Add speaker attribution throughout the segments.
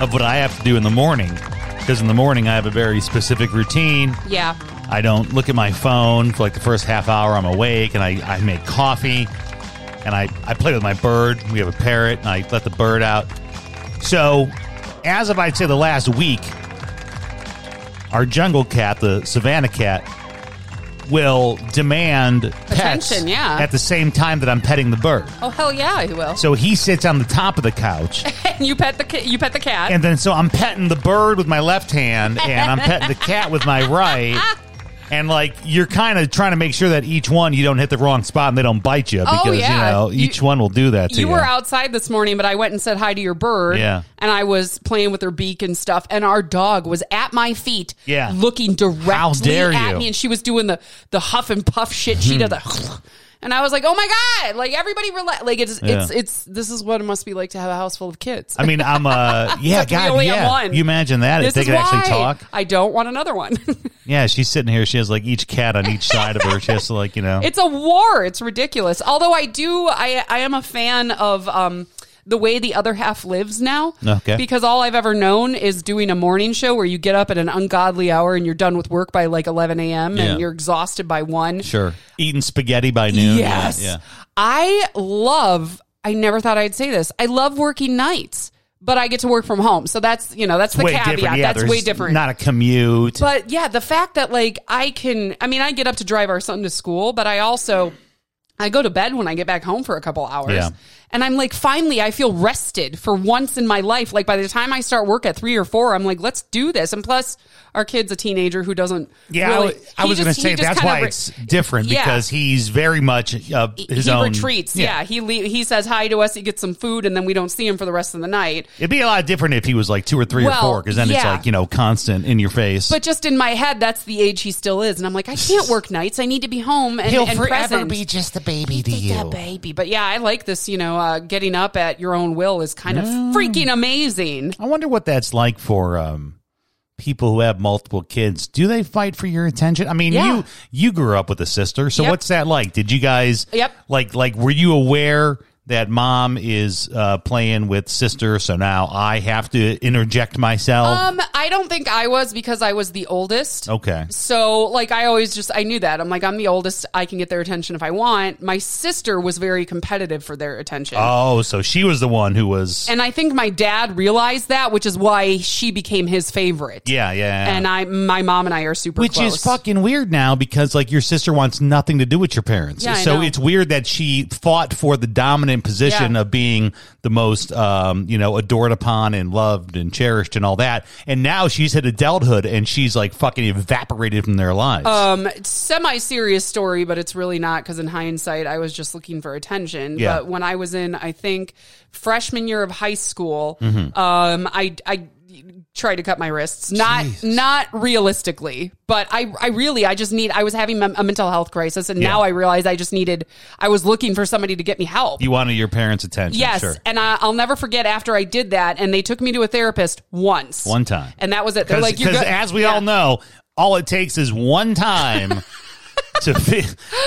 Speaker 1: of what I have to do in the morning because in the morning I have a very specific routine.
Speaker 2: Yeah.
Speaker 1: I don't look at my phone for like the first half hour I'm awake and I, I make coffee and I, I play with my bird. We have a parrot and I let the bird out. So, as of I'd say the last week, our jungle cat, the savannah cat, will demand pets
Speaker 2: Attention, yeah.
Speaker 1: at the same time that I'm petting the bird.
Speaker 2: Oh hell yeah, he will.
Speaker 1: So he sits on the top of the couch,
Speaker 2: you pet the ca- you pet the cat.
Speaker 1: and then so I'm petting the bird with my left hand, and I'm petting the cat with my right. And like you're kind of trying to make sure that each one you don't hit the wrong spot and they don't bite you because
Speaker 2: Oh, yeah.
Speaker 1: you know
Speaker 2: You-
Speaker 1: each one will do that to you.
Speaker 2: you were outside this morning, but I went and said hi to your bird.
Speaker 1: Yeah.
Speaker 2: And I was playing with her beak and stuff, and our dog was at my feet,
Speaker 1: Yeah.
Speaker 2: looking directly
Speaker 1: How dare
Speaker 2: at
Speaker 1: you.
Speaker 2: me, and she was doing the the huff and puff shit. She does the and I was like, oh my god, like everybody relax. Like it's
Speaker 1: Yeah.
Speaker 2: it's it's this is what it must be like to have a house full of kids.
Speaker 1: I mean, I'm uh yeah,
Speaker 2: Except we
Speaker 1: God,
Speaker 2: only have
Speaker 1: yeah.
Speaker 2: one.
Speaker 1: You imagine that if
Speaker 2: this
Speaker 1: they
Speaker 2: is
Speaker 1: could
Speaker 2: why
Speaker 1: actually talk?
Speaker 2: I don't want another one.
Speaker 1: Yeah, she's sitting here. She has like each cat on each side of her. She has to like you know.
Speaker 2: It's a war. It's ridiculous. Although I do, I I am a fan of um the way the other half lives now.
Speaker 1: Okay.
Speaker 2: Because all I've ever known is doing a morning show where you get up at an ungodly hour and you're done with work by like 11 a.m.
Speaker 1: Yeah.
Speaker 2: and you're exhausted by one.
Speaker 1: sure eating spaghetti by noon. Yeah,
Speaker 2: Yes.
Speaker 1: yeah.
Speaker 2: I love. I never thought I'd say this. I love working nights, but I get to work from home. So that's you know that's the
Speaker 1: way
Speaker 2: caveat.
Speaker 1: different. Yeah,
Speaker 2: that's
Speaker 1: there's
Speaker 2: way different.
Speaker 1: Not a commute.
Speaker 2: But yeah, the fact that like I can, I mean, I get up to drive our son to school, but I also I go to bed when I get back home for a couple hours.
Speaker 1: Yeah.
Speaker 2: And I'm like, finally, I feel rested for once in my life. Like by the time I start work at three or four, I'm like, let's do this. And plus, our kid's a teenager who doesn't.
Speaker 1: Yeah,
Speaker 2: really,
Speaker 1: I, w- I
Speaker 2: he
Speaker 1: was
Speaker 2: just-
Speaker 1: going to
Speaker 2: he
Speaker 1: say
Speaker 2: just
Speaker 1: that's
Speaker 2: kinda
Speaker 1: why
Speaker 2: re-
Speaker 1: it's different
Speaker 2: Yeah.
Speaker 1: because he's very much uh, his
Speaker 2: he
Speaker 1: own.
Speaker 2: retreats. Yeah, he le- he says hi to us. He gets some food, and then we don't see him for the rest of the night.
Speaker 1: It'd be a lot different if he was like two or three
Speaker 2: Well,
Speaker 1: or four because then it's
Speaker 2: yeah.
Speaker 1: like, you know, constant in your face.
Speaker 2: But just in my head, that's the age he still is, and I'm like, I can't work nights. I need to be home and, and present.
Speaker 1: just a baby to
Speaker 2: Yeah, baby. But yeah, I like this. You know, uh, getting up at your own will is kind of freaking amazing.
Speaker 1: I wonder what that's like for um, people who have multiple kids. Do they fight for your attention? I mean,
Speaker 2: Yeah.
Speaker 1: you you grew up with a sister, so
Speaker 2: Yep.
Speaker 1: what's that like? Did you guys
Speaker 2: Yep.
Speaker 1: like like were you aware that mom is uh, playing with sister, so now I have to interject myself?
Speaker 2: Um, I don't think I was because I was the oldest.
Speaker 1: okay.
Speaker 2: So, like, I always just I knew that I'm like I'm the oldest. I can get their attention if I want. My sister was very competitive for their attention.
Speaker 1: Oh, so she was the one who was.
Speaker 2: and I think my dad realized that, which is why she became his favorite.
Speaker 1: yeah, yeah.
Speaker 2: And I, my mom and I are super
Speaker 1: which
Speaker 2: close.
Speaker 1: is fucking weird now because like your sister wants nothing to do with your parents.
Speaker 2: Yeah, I
Speaker 1: so
Speaker 2: know.
Speaker 1: it's weird that she fought for the dominant position
Speaker 2: Yeah.
Speaker 1: of being the most um, you know, adored upon and loved and cherished and all that. And now she's hit adulthood and she's like fucking evaporated from their lives.
Speaker 2: Um, semi-serious story, but it's really not because in hindsight, I was just looking for attention.
Speaker 1: Yeah.
Speaker 2: But when I was in, I think freshman year of high school,
Speaker 1: Mm-hmm.
Speaker 2: um, I I tried to cut my wrists. Not not realistically, but I I really I just need. I was having a mental health crisis, and
Speaker 1: Yeah.
Speaker 2: now I realize I just needed. I was looking for somebody to get me help.
Speaker 1: you wanted your parents' attention.
Speaker 2: Yes,
Speaker 1: Sure.
Speaker 2: and I, I'll never forget after I did that, and they took me to a therapist once,
Speaker 1: One time.
Speaker 2: and that was it. They're
Speaker 1: Because
Speaker 2: like, "You're good."
Speaker 1: as we
Speaker 2: Yeah.
Speaker 1: all know, all it takes is one time. To fi-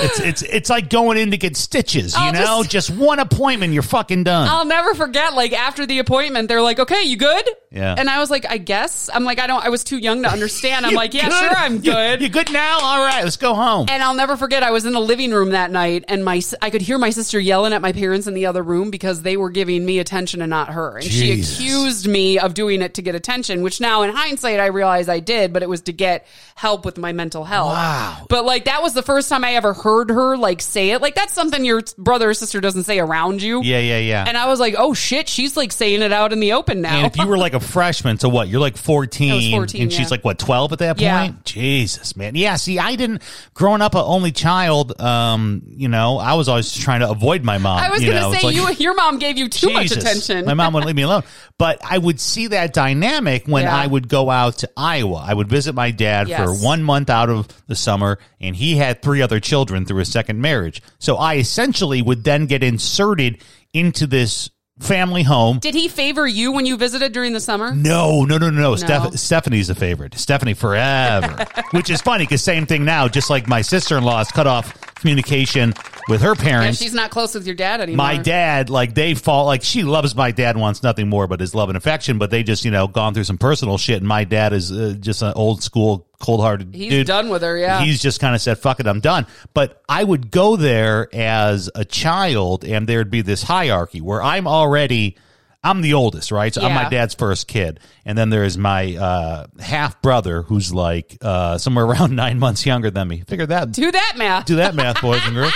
Speaker 1: it's it's it's like going in to get stitches, you
Speaker 2: I'll
Speaker 1: know.
Speaker 2: just-
Speaker 1: Just, one appointment, you're fucking done.
Speaker 2: I'll never forget, like, after the appointment, they're like, okay, you good?
Speaker 1: Yeah.
Speaker 2: And I was like, I guess. I'm like, I don't, I was too young to understand. I'm
Speaker 1: You
Speaker 2: like, yeah,
Speaker 1: good?
Speaker 2: sure, I'm
Speaker 1: You-
Speaker 2: good.
Speaker 1: You, good now? All right, let's go home.
Speaker 2: and I'll never forget, I was in the living room that night, and my s- I could hear my sister yelling at my parents in the other room because they were giving me attention and not her. And she
Speaker 1: Jesus.
Speaker 2: accused me of doing it to get attention, which now in hindsight I realize I did, but it was to get help with my mental health.
Speaker 1: Wow.
Speaker 2: But like that was was the first time I ever heard her like say it. Like that's something your brother or sister doesn't say around you.
Speaker 1: Yeah, yeah, yeah.
Speaker 2: And I was like, oh shit, she's like saying it out in the open now.
Speaker 1: And if you were like a freshman, so what? You're like 14,
Speaker 2: I was 14,
Speaker 1: and
Speaker 2: yeah.
Speaker 1: she's like what 12 at that point?
Speaker 2: Yeah.
Speaker 1: Jesus, man. Yeah, see, I didn't growing up a only child, um, you know, I was always trying to avoid my mom.
Speaker 2: I was
Speaker 1: you
Speaker 2: gonna
Speaker 1: know? It's
Speaker 2: say
Speaker 1: like-
Speaker 2: you, your mom gave you too
Speaker 1: Jesus.
Speaker 2: much attention.
Speaker 1: My mom wouldn't leave me alone. But I would see that dynamic when
Speaker 2: Yeah.
Speaker 1: I would go out to Iowa. I would visit my dad
Speaker 2: Yes.
Speaker 1: for one month out of the summer, and he had three other children through his second marriage. So I essentially would then get inserted into this family home.
Speaker 2: Did he favor you when you visited during the summer?
Speaker 1: No, no, no, no. no. Steph-
Speaker 2: No.
Speaker 1: Stephanie's a favorite. Stephanie forever, which is funny because same thing now. Just like my sister in law has cut off communication with her
Speaker 2: Yeah,
Speaker 1: parents.
Speaker 2: she's not close with your dad anymore.
Speaker 1: my dad, like they fall, like she loves my dad, wants nothing more but his love and affection. But they just, you know, gone through some personal shit, and my dad is uh, just an old school, cold hearted
Speaker 2: He's
Speaker 1: dude.
Speaker 2: done with her, yeah.
Speaker 1: He's just kind of said, fuck it, I'm done. But I would go there as a child, and there'd be this hierarchy where I'm already, I'm the oldest, right? So I'm my
Speaker 2: Yeah.
Speaker 1: dad's first kid. And then there is my uh, half brother who's like uh, somewhere around nine months younger than me. Figure that
Speaker 2: Do that math.
Speaker 1: do that math, boys and girls.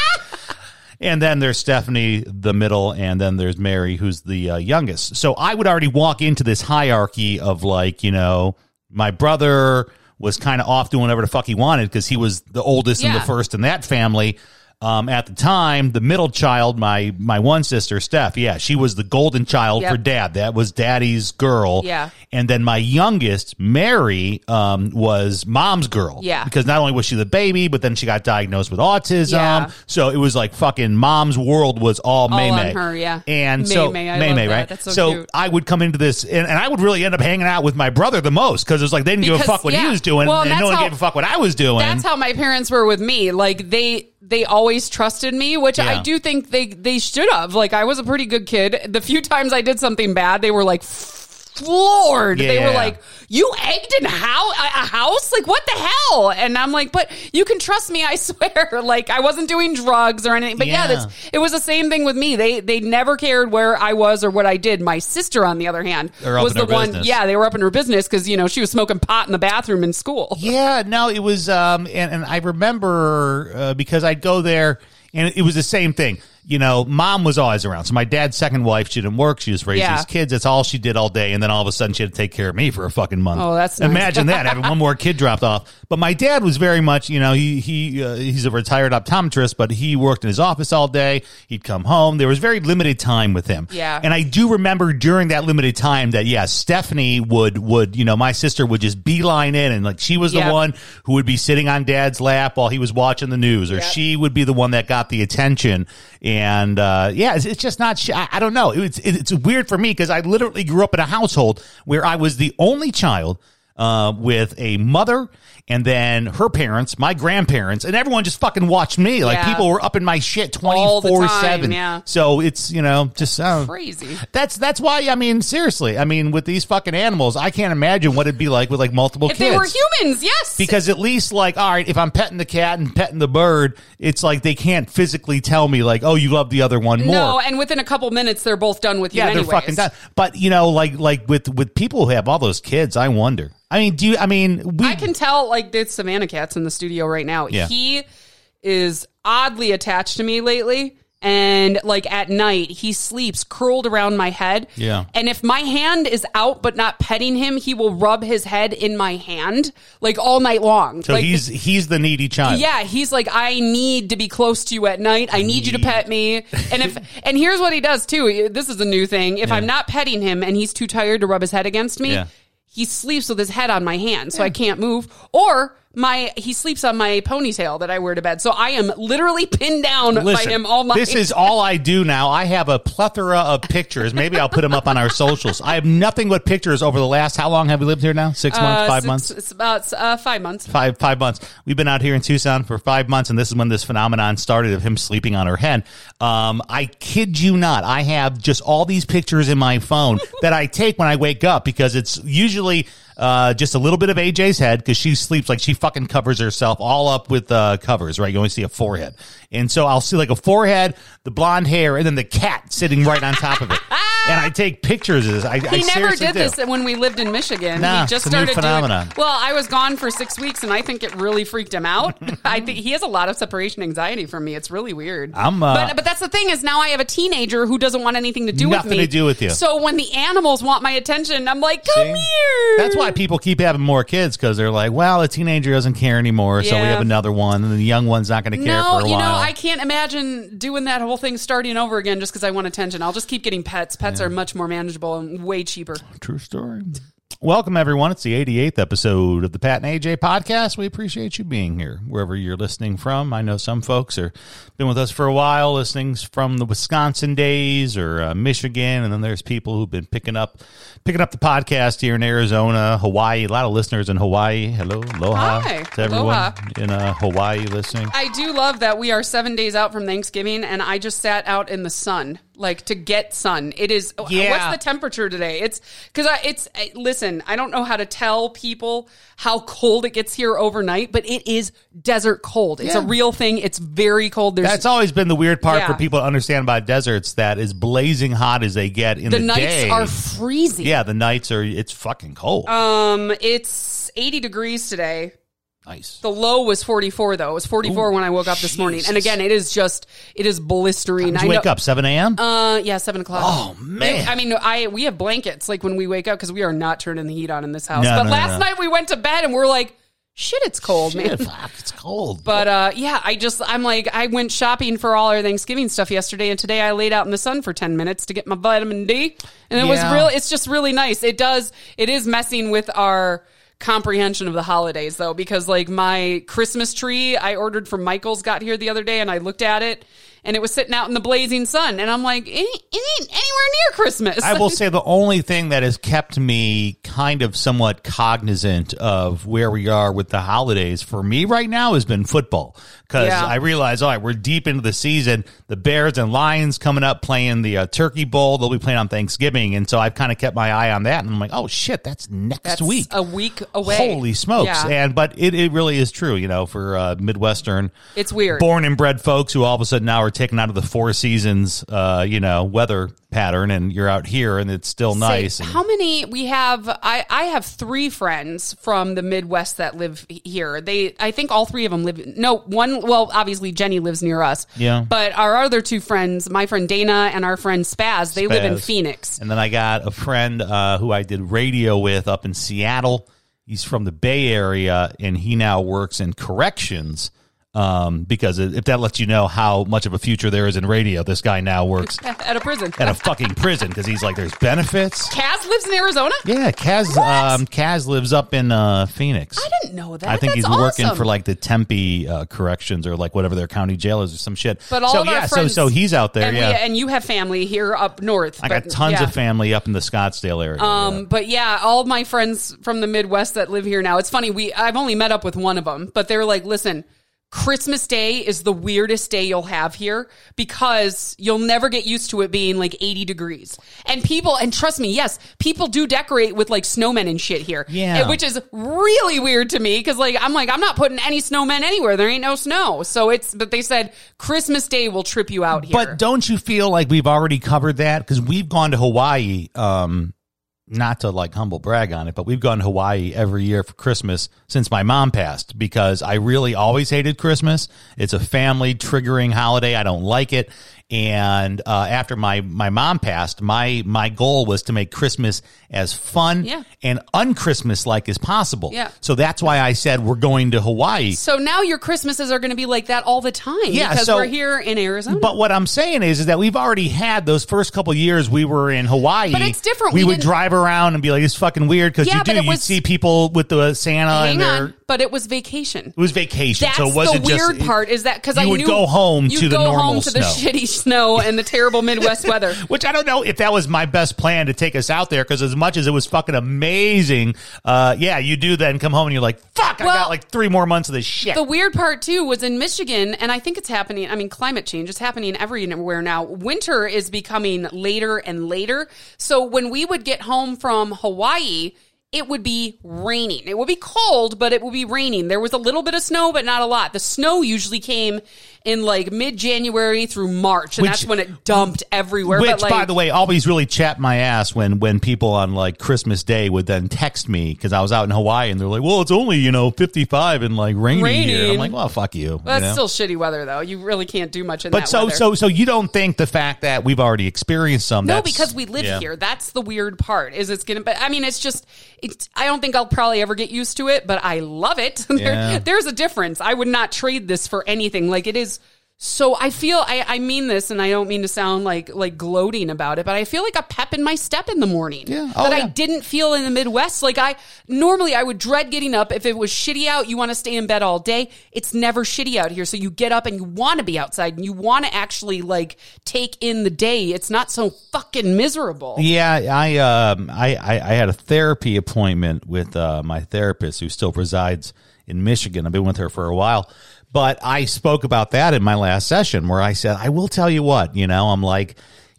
Speaker 1: And then there's Stephanie, the middle, and then there's Mary, who's the uh, youngest. So I would already walk into this hierarchy of like, you know, my brother was kind of off doing whatever the fuck he wanted because he was the oldest and
Speaker 2: Yeah.
Speaker 1: the first in that family. Um, at the time, the middle child, my my one sister, Steph, yeah, she was the golden child
Speaker 2: Yep.
Speaker 1: for dad. That was daddy's girl.
Speaker 2: Yeah.
Speaker 1: And then my youngest, Mary, um, was mom's girl.
Speaker 2: Yeah.
Speaker 1: Because not only was she the baby, but then she got diagnosed with autism.
Speaker 2: Yeah.
Speaker 1: So it was like fucking mom's world was all, May
Speaker 2: on
Speaker 1: May.
Speaker 2: her, yeah.
Speaker 1: And so
Speaker 2: May-May, I
Speaker 1: May
Speaker 2: love
Speaker 1: May,
Speaker 2: that.
Speaker 1: right?
Speaker 2: That's so cute.
Speaker 1: I would come into this and, and I would really end up hanging out with my brother the most because it was like they didn't give a
Speaker 2: Because-
Speaker 1: fuck what he
Speaker 2: yeah.
Speaker 1: was doing
Speaker 2: Well,
Speaker 1: and
Speaker 2: that's
Speaker 1: no one
Speaker 2: how-
Speaker 1: gave a fuck what I was doing.
Speaker 2: That's how my parents were with me. Like they they always trusted me, which
Speaker 1: Yeah.
Speaker 2: I do think they they should have. Like I was a pretty good kid. The few times I did something bad, they were like floored. They
Speaker 1: Yeah.
Speaker 2: were like, "You egged in how a a house? Like what the hell?" And I'm like, "But you can trust me. I swear. like I wasn't doing drugs or anything." But yeah,
Speaker 1: Yeah.
Speaker 2: that's, it was the same thing with me. They they never cared where I was or what I did. My sister, on the other hand,
Speaker 1: They're up
Speaker 2: was
Speaker 1: in
Speaker 2: the
Speaker 1: her
Speaker 2: one.
Speaker 1: business.
Speaker 2: Yeah, they were up in her business because you know she was smoking pot in the bathroom in school.
Speaker 1: Yeah, no, it was, um, and, and I remember uh, because I'd go there, and it was the same thing. You know, mom was always around. So my dad's second wife, she didn't work. She was raising
Speaker 2: Yeah.
Speaker 1: his kids. That's all she did all day. And then all of a sudden, she had to take care of me for a fucking month.
Speaker 2: Oh, that's nice.
Speaker 1: imagine that having one more kid dropped off. But my dad was very much, you know, he he uh, he's a retired optometrist, but he worked in his office all day. He'd come home. There was very limited time with him.
Speaker 2: Yeah.
Speaker 1: and I do remember during that limited time that yeah, Stephanie would would you know my sister would just beeline in and like she was the
Speaker 2: Yeah.
Speaker 1: one who would be sitting on dad's lap while he was watching the news, or she would be the one that got the attention. And uh, yeah, it's, it's just not. sh- I, I don't know. It's it's weird for me because I literally grew up in a household where I was the only child uh, with a mother and then her parents, my grandparents, and everyone just fucking watched me. Like
Speaker 2: Yeah.
Speaker 1: people were up in my shit twenty
Speaker 2: All the
Speaker 1: four
Speaker 2: time,
Speaker 1: seven.
Speaker 2: yeah.
Speaker 1: So it's you know just uh,
Speaker 2: Crazy.
Speaker 1: That's that's why I mean seriously I mean with these fucking animals I can't imagine what it'd be like with like multiple
Speaker 2: If
Speaker 1: kids
Speaker 2: they were humans, yes.
Speaker 1: because at least like all right if i'm petting the cat and petting the bird it's like they can't physically tell me like oh you love the other one more
Speaker 2: no, and within a couple minutes, they're both done with you.
Speaker 1: yeah
Speaker 2: anyways.
Speaker 1: they're fucking done but you know like like with with people who have all those kids i wonder i mean do you i mean we
Speaker 2: I can tell, like, the Savannah Cat's in the studio right now.
Speaker 1: Yeah.
Speaker 2: He is oddly attached to me lately. And like at night, he sleeps curled around my head.
Speaker 1: Yeah.
Speaker 2: And if my hand is out but not petting him, he will rub his head in my hand like all night long.
Speaker 1: so
Speaker 2: like,
Speaker 1: he's he's the needy child
Speaker 2: Yeah, he's like, I need to be close to you at night. I need you to pet me. And if and here's what he does too. This is a new thing. If I'm not petting him and he's too tired to rub his head against me,
Speaker 1: Yeah.
Speaker 2: he sleeps with his head on my hand, so I can't move. Or my he sleeps on my ponytail that I wear to bed, so I am literally pinned down by him all night.
Speaker 1: This is all I do now. I have a plethora of pictures. Maybe I'll put them up on our socials. I have nothing but pictures over the last. How long have we lived here now? Six months, five
Speaker 2: Uh, Six-
Speaker 1: months,
Speaker 2: It's about uh, five months.
Speaker 1: five five months. We've been out here in Tucson for five months, and this is when this phenomenon started of him sleeping on her head. Um, I kid you not, I have just all these pictures in my phone that I take when I wake up because it's usually uh, just a little bit of AJ's head because she sleeps like she fucking covers herself all up with uh, covers, right? You only see a forehead, and so I'll see like a forehead, the blonde hair, and then the cat sitting right on top of it. and I take pictures of this. I, I
Speaker 2: He never
Speaker 1: seriously
Speaker 2: did
Speaker 1: do.
Speaker 2: this when we lived in Michigan.
Speaker 1: Nah,
Speaker 2: he just
Speaker 1: it's a new
Speaker 2: started
Speaker 1: phenomenon.
Speaker 2: doing. Well, I was gone for six weeks, and I think it really freaked him out. I think he has a lot of separation anxiety from me. It's really weird.
Speaker 1: I'm, uh,
Speaker 2: but but that's the thing is now I have a teenager who doesn't want anything to do
Speaker 1: Nothing
Speaker 2: with me.
Speaker 1: to do with you.
Speaker 2: So when the animals want my attention, I'm like, come
Speaker 1: See?
Speaker 2: here.
Speaker 1: That's why people keep having more kids because they're like, well, the teenager doesn't care anymore, so we
Speaker 2: Yeah.
Speaker 1: have another one, and the young one's not going to care
Speaker 2: No,
Speaker 1: for a
Speaker 2: you
Speaker 1: while.
Speaker 2: know, I can't imagine doing that whole thing starting over again just because I want attention. I'll just keep getting pets. Pets are much more manageable and way cheaper.
Speaker 1: True story. Welcome, everyone. It's the 88th episode of the Pat and AJ podcast. We appreciate you being here wherever you're listening from. I know some folks are been with us for a while, listening from the Wisconsin days or uh, Michigan, and then there's people who've been picking up picking up the podcast here in Arizona, Hawaii. A lot of listeners in Hawaii. Hello, aloha
Speaker 2: Hi.
Speaker 1: to everyone
Speaker 2: Aloha.
Speaker 1: in uh, Hawaii listening.
Speaker 2: I do love that we are seven days out from Thanksgiving, and I just sat out in the sun, like to get sun. It is. uh,
Speaker 1: Yeah.
Speaker 2: What's the temperature today? It's because I. It's I- listen. I don't know how to tell people how cold it gets here overnight, but it is desert cold. It's
Speaker 1: Yeah.
Speaker 2: a real thing. It's very cold. There's
Speaker 1: That's always been the weird part
Speaker 2: Yeah.
Speaker 1: for people to understand about deserts that is blazing hot as they get in
Speaker 2: the,
Speaker 1: the,
Speaker 2: nights
Speaker 1: day.
Speaker 2: are freezing.
Speaker 1: yeah, the nights are it's fucking cold.
Speaker 2: Um. It's eighty degrees today.
Speaker 1: nice.
Speaker 2: The low was 44 though. It was 44 when I woke up this morning. And
Speaker 1: Jesus.
Speaker 2: again, it is just it is blistering.
Speaker 1: Did
Speaker 2: I
Speaker 1: you wake
Speaker 2: know-
Speaker 1: up 7 a.m.?
Speaker 2: Uh, yeah, seven o'clock.
Speaker 1: Oh, man.
Speaker 2: It- I mean, I we have blankets like when we wake up because we are not turning the heat on in this house.
Speaker 1: No,
Speaker 2: but
Speaker 1: no,
Speaker 2: last
Speaker 1: no.
Speaker 2: night we went to bed and we're like, shit, it's cold,
Speaker 1: Shit,
Speaker 2: man.
Speaker 1: fuck, it's cold.
Speaker 2: But uh, yeah, I just I'm like I went shopping for all our Thanksgiving stuff yesterday, and today I laid out in the sun for ten minutes to get my vitamin D, and it
Speaker 1: Yeah.
Speaker 2: was real. It's just really nice. It does. It is messing with our comprehension of the holidays though, because like my Christmas tree I ordered from Michaels got here the other day, and I looked at it, and it was sitting out in the blazing sun, and I'm like, it ain't, it ain't anywhere near Christmas.
Speaker 1: I will say the only thing that has kept me kind of somewhat cognizant of where we are with the holidays for me right now has been football because
Speaker 2: Yeah.
Speaker 1: I realize all right we're deep into the season. The Bears and Lions coming up playing the uh, Turkey Bowl. They'll be playing on Thanksgiving, and so I've kind of kept my eye on that. And I'm like, oh shit, that's next
Speaker 2: That's
Speaker 1: week.
Speaker 2: a week away.
Speaker 1: Holy smokes!
Speaker 2: Yeah.
Speaker 1: And but it, it really is true, you know, for uh, Midwestern.
Speaker 2: It's weird.
Speaker 1: Born and bred folks who all of a sudden now are taken out of the four seasons, uh, you know, weather pattern, and you're out here and it's still
Speaker 2: say,
Speaker 1: nice. and-
Speaker 2: How many we have? I I have three friends from the Midwest that live h- here. They I think all three of them live. No one. Well, obviously Jenny lives near us.
Speaker 1: Yeah.
Speaker 2: But our other two friends, my friend Dana and our friend Spaz, they live in
Speaker 1: Spaz.
Speaker 2: Phoenix.
Speaker 1: And then I got a friend uh, who I did radio with up in Seattle. He's from the Bay Area, and he now works in corrections. Um, because if that lets you know how much of a future there is in radio, this guy now works
Speaker 2: At a prison.
Speaker 1: at a fucking prison because he's like, there's benefits.
Speaker 2: Kaz lives in Arizona.
Speaker 1: Yeah, Kaz um, Kaz lives up in uh, Phoenix.
Speaker 2: I didn't know that.
Speaker 1: I think
Speaker 2: That's
Speaker 1: he's working
Speaker 2: awesome.
Speaker 1: for like the Tempe uh, corrections or like whatever their county jail is or some shit.
Speaker 2: But all
Speaker 1: so
Speaker 2: of our
Speaker 1: yeah,
Speaker 2: friends,
Speaker 1: so so he's out there.
Speaker 2: and we-
Speaker 1: yeah,
Speaker 2: and you have family here up north.
Speaker 1: I got
Speaker 2: but-
Speaker 1: tons
Speaker 2: yeah.
Speaker 1: of family up in the Scottsdale area.
Speaker 2: Um, but yeah, all my friends from the Midwest that live here now. It's funny. We I've only met up with one of them, but they're like, listen. Christmas Day is the weirdest day you'll have here because you'll never get used to it being like 80 degrees. And people, and trust me, yes, people do decorate with like snowmen and shit here.
Speaker 1: Yeah.
Speaker 2: And- Which is really weird to me because like I'm like, I'm not putting any snowmen anywhere. There ain't no snow. So it's, but they said Christmas Day will trip you out here.
Speaker 1: But don't you feel like we've already covered that? Because we've gone to Hawaii, um, not to like humble brag on it, but we've gone to Hawaii every year for Christmas since my mom passed because I really always hated Christmas. It's a family triggering holiday. I don't like it. And uh, after my, my mom passed, my my goal was to make Christmas as fun
Speaker 2: Yeah.
Speaker 1: and unchristmas like as possible.
Speaker 2: Yeah.
Speaker 1: So that's why I said we're going to Hawaii.
Speaker 2: So now your Christmases are going to be like that all the time.
Speaker 1: Yeah,
Speaker 2: because
Speaker 1: so-
Speaker 2: we're here in Arizona.
Speaker 1: But what I'm saying is, is that we've already had those first couple years we were in Hawaii.
Speaker 2: But it's different.
Speaker 1: We,
Speaker 2: We
Speaker 1: would
Speaker 2: didn't-
Speaker 1: drive around and be like, "It's fucking weird" because
Speaker 2: Yeah,
Speaker 1: you do.
Speaker 2: but it
Speaker 1: You would
Speaker 2: was-
Speaker 1: see people with the Santa
Speaker 2: Hang
Speaker 1: and their.
Speaker 2: on, but it was vacation.
Speaker 1: It was vacation,
Speaker 2: That's
Speaker 1: so it wasn't
Speaker 2: the weird
Speaker 1: just, it-
Speaker 2: part is that because
Speaker 1: you
Speaker 2: I
Speaker 1: would
Speaker 2: knew
Speaker 1: go home
Speaker 2: you'd
Speaker 1: to the
Speaker 2: go
Speaker 1: normal
Speaker 2: home to the
Speaker 1: snow.
Speaker 2: shitty snow and the terrible Midwest weather.
Speaker 1: Which I don't know if that was my best plan to take us out there because as much as it was fucking amazing, uh, yeah, you do then come home and you're like, "Fuck, I
Speaker 2: Well,
Speaker 1: got like three more months of this shit."
Speaker 2: The weird part too was in Michigan, and I think it's happening. I mean, climate change is happening everywhere now. Winter is becoming later and later. So when we would get home from Hawaii, it would be raining. It would be cold, but it would be raining. There was a little bit of snow, but not a lot. The snow usually came in like mid January through March, and
Speaker 1: Which-
Speaker 2: that's when it dumped everywhere.
Speaker 1: Which,
Speaker 2: but like,
Speaker 1: by the way, always really chapped my ass when when people on like Christmas Day would then text me because I was out in Hawaii and they're like, "Well, it's only you know fifty five and like rainy here." And I'm
Speaker 2: Raining.
Speaker 1: like, "Well, fuck you."
Speaker 2: Well,
Speaker 1: you know?
Speaker 2: that's still shitty weather, though. You really can't do much in
Speaker 1: but
Speaker 2: that
Speaker 1: so
Speaker 2: weather.
Speaker 1: so so you don't think the fact that we've already experienced some?
Speaker 2: No,
Speaker 1: that's-
Speaker 2: because we live
Speaker 1: yeah.
Speaker 2: here. That's the weird part. Is it's gonna? But I mean, it's just. It's. I don't think I'll probably ever get used to it, but I love it. There-
Speaker 1: Yeah.
Speaker 2: there's a difference. I would not trade this for anything. Like it is. So I feel. I, I mean this, and I don't mean to sound like like gloating about it, but I feel like a pep in my step in the morning
Speaker 1: Yeah. Oh,
Speaker 2: that
Speaker 1: yeah.
Speaker 2: I didn't feel in the Midwest. Like I normally I would dread getting up if it was shitty out. You want to stay in bed all day. It's never shitty out here, so you get up and you want to be outside and you want to actually like take in the day. It's not so fucking miserable.
Speaker 1: Yeah, I um I, I I had a therapy appointment with uh, my therapist who still resides in Michigan. I've been with her for a while, but I spoke about that in my last session where I said I will tell you what you know I'm like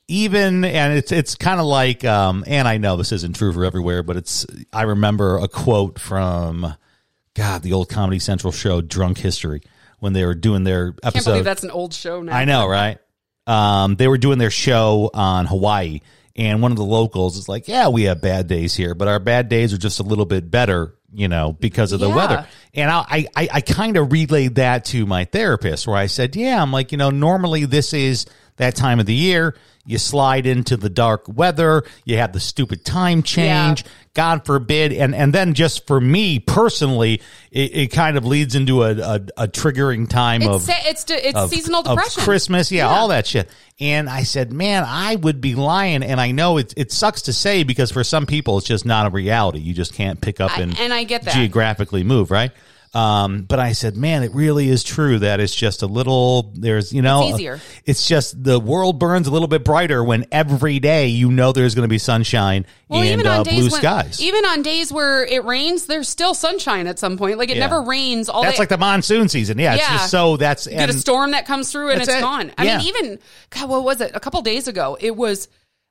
Speaker 1: even and it's it's kind of like um and I know this isn't true for everywhere, but it's I remember a quote from God the old Comedy Central show Drunk History when they were doing their episode.
Speaker 2: Can't believe that's an old show now.
Speaker 1: I know, right? Um, they were doing their show on Hawaii, and one of the locals is like, "Yeah, we have bad days here, but our bad days are just a little bit better, you know, because of the
Speaker 2: Yeah.
Speaker 1: weather." And I, I, I, I kind of relayed that to my therapist, where I said, "Yeah, I'm like, you know, normally this is that time of the year." You slide into the dark weather. You have the stupid time change. God forbid. And, and then just for me personally, it, it kind of leads into a, a, a triggering time
Speaker 2: It's
Speaker 1: of,
Speaker 2: sa- it's de- it's
Speaker 1: of-
Speaker 2: seasonal
Speaker 1: of
Speaker 2: depression.
Speaker 1: Christmas, yeah, all that shit. And I said, man, I would be lying. And I know it, it sucks to say because for some people, it's just not a reality. You just can't pick up
Speaker 2: I-
Speaker 1: and,
Speaker 2: and I get that.
Speaker 1: geographically move, right? Um, but I said, man, it really is true that it's just a little, there's, you know,
Speaker 2: It's easier.
Speaker 1: it's just the world burns a little bit brighter when every day you know there's going to be sunshine and uh, blue
Speaker 2: when,
Speaker 1: skies.
Speaker 2: even on days where it rains, there's still sunshine at some point. Like it
Speaker 1: Yeah.
Speaker 2: never rains all
Speaker 1: that's
Speaker 2: day.
Speaker 1: like the monsoon season. Yeah. It's
Speaker 2: Yeah.
Speaker 1: just so that's,
Speaker 2: get
Speaker 1: and-
Speaker 2: a storm that comes through and
Speaker 1: That's
Speaker 2: it's
Speaker 1: it.
Speaker 2: gone. I
Speaker 1: Yeah.
Speaker 2: mean, even God, what was it? A couple days ago, it was.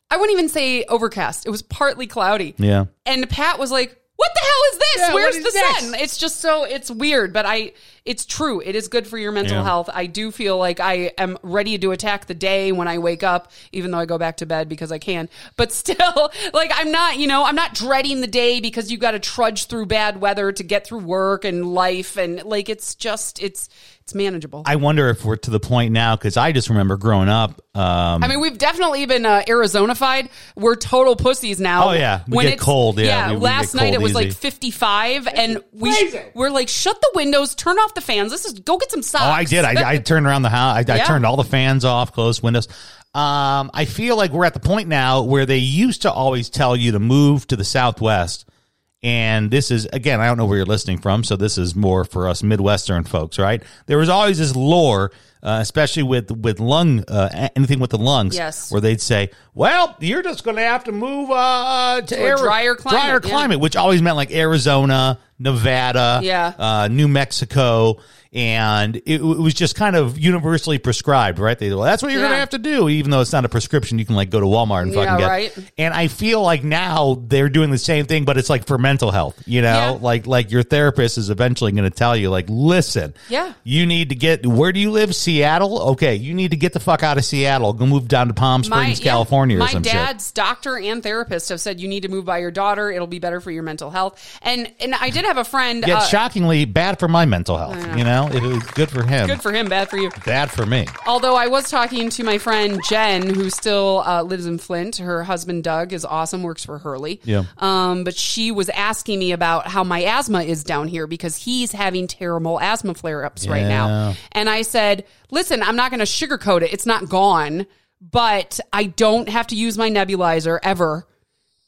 Speaker 2: I wouldn't even say overcast. It was partly cloudy.
Speaker 1: Yeah.
Speaker 2: And Pat was like, "What the hell is this?
Speaker 1: Yeah, what
Speaker 2: Where's
Speaker 1: is
Speaker 2: the
Speaker 1: this?"
Speaker 2: sun?" It's just so it's weird, but I it's true. It is good for your mental
Speaker 1: Yeah.
Speaker 2: health. I do feel like I am ready to attack the day when I wake up, even though I go back to bed because I can. But still, like I'm not, you know, I'm not dreading the day because you got to trudge through bad weather to get through work and life and like it's just it's it's manageable.
Speaker 1: I wonder if we're to the point now because I just remember growing up. Um,
Speaker 2: I mean, we've definitely been uh, Arizona-fied. We're total pussies now.
Speaker 1: Oh, yeah. We get
Speaker 2: it's-
Speaker 1: cold. Yeah, we- we get
Speaker 2: last night it
Speaker 1: cold
Speaker 2: was
Speaker 1: easy.
Speaker 2: like 55, and we sh- we're like, shut the windows, turn off the fans. This is go get some socks.
Speaker 1: Oh, I did. I, I turned around the house. I, I
Speaker 2: Yeah.
Speaker 1: turned all the fans off, closed windows. Um, I feel like we're at the point now where they used to always tell you to move to the southwest. And this is again, I don't know where you're listening from, so this is more for us Midwestern folks, right? There was always this lore, uh, especially with with lung, uh, a- anything with the lungs,
Speaker 2: Yes.
Speaker 1: where they'd say, "Well, you're just going to have to move uh, to,
Speaker 2: a
Speaker 1: Ari-
Speaker 2: drier climate,
Speaker 1: drier
Speaker 2: yeah.
Speaker 1: climate," which always meant like Arizona, Nevada,
Speaker 2: Yeah.
Speaker 1: uh, New Mexico, and it, w- it was just kind of universally prescribed, right? They well, that's what you're
Speaker 2: Yeah.
Speaker 1: gonna have to do, even though it's not a prescription. You can like go to Walmart and fucking
Speaker 2: Yeah,
Speaker 1: get.
Speaker 2: right.
Speaker 1: And I feel like now they're doing the same thing, but it's like for mental health, you know,
Speaker 2: Yeah.
Speaker 1: like like your therapist is eventually going to tell you, like, listen,
Speaker 2: Yeah.
Speaker 1: you need to get where do you live? Seattle, okay, you need to get the fuck out of Seattle, go move down to Palm Springs,
Speaker 2: yeah,
Speaker 1: California, or
Speaker 2: my
Speaker 1: some shit.
Speaker 2: dad's doctor and therapist have said you need to move by your daughter. It'll be better for your mental health. And and I did have a friend.
Speaker 1: Yet
Speaker 2: uh,
Speaker 1: shockingly bad for my mental health. You know, it was good for him,
Speaker 2: good for him, bad for you.
Speaker 1: bad for me.
Speaker 2: Although I was talking to my friend Jen, who still uh, lives in Flint. Her husband Doug is awesome, works for Hurley.
Speaker 1: Yeah.
Speaker 2: Um, but she was asking me about how my asthma is down here because he's having terrible asthma flare ups right
Speaker 1: Yeah.
Speaker 2: now. And I said, listen, I'm not going to sugarcoat it. It's not gone, but I don't have to use my nebulizer ever.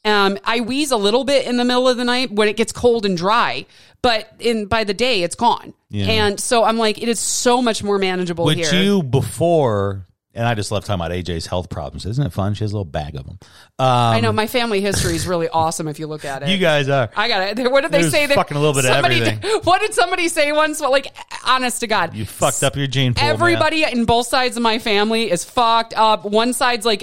Speaker 2: Um, I wheeze a little bit in the middle of the night when it gets cold and dry, but in by the day it's gone. And so I'm like, it is so much more manageable
Speaker 1: Would
Speaker 2: here.
Speaker 1: you before? And I just love talking about AJ's health problems. Isn't it fun? She has a little bag of them. Um,
Speaker 2: I know my family history is really awesome if you look at it.
Speaker 1: you guys are.
Speaker 2: I got it. What did they
Speaker 1: There's
Speaker 2: say? There-
Speaker 1: fucking a little bit of
Speaker 2: somebody
Speaker 1: everything.
Speaker 2: did- what did somebody say once? Well, like honest to God.
Speaker 1: You fucked up your gene pool. man.
Speaker 2: Everybody in both sides of my family is fucked up. One side's like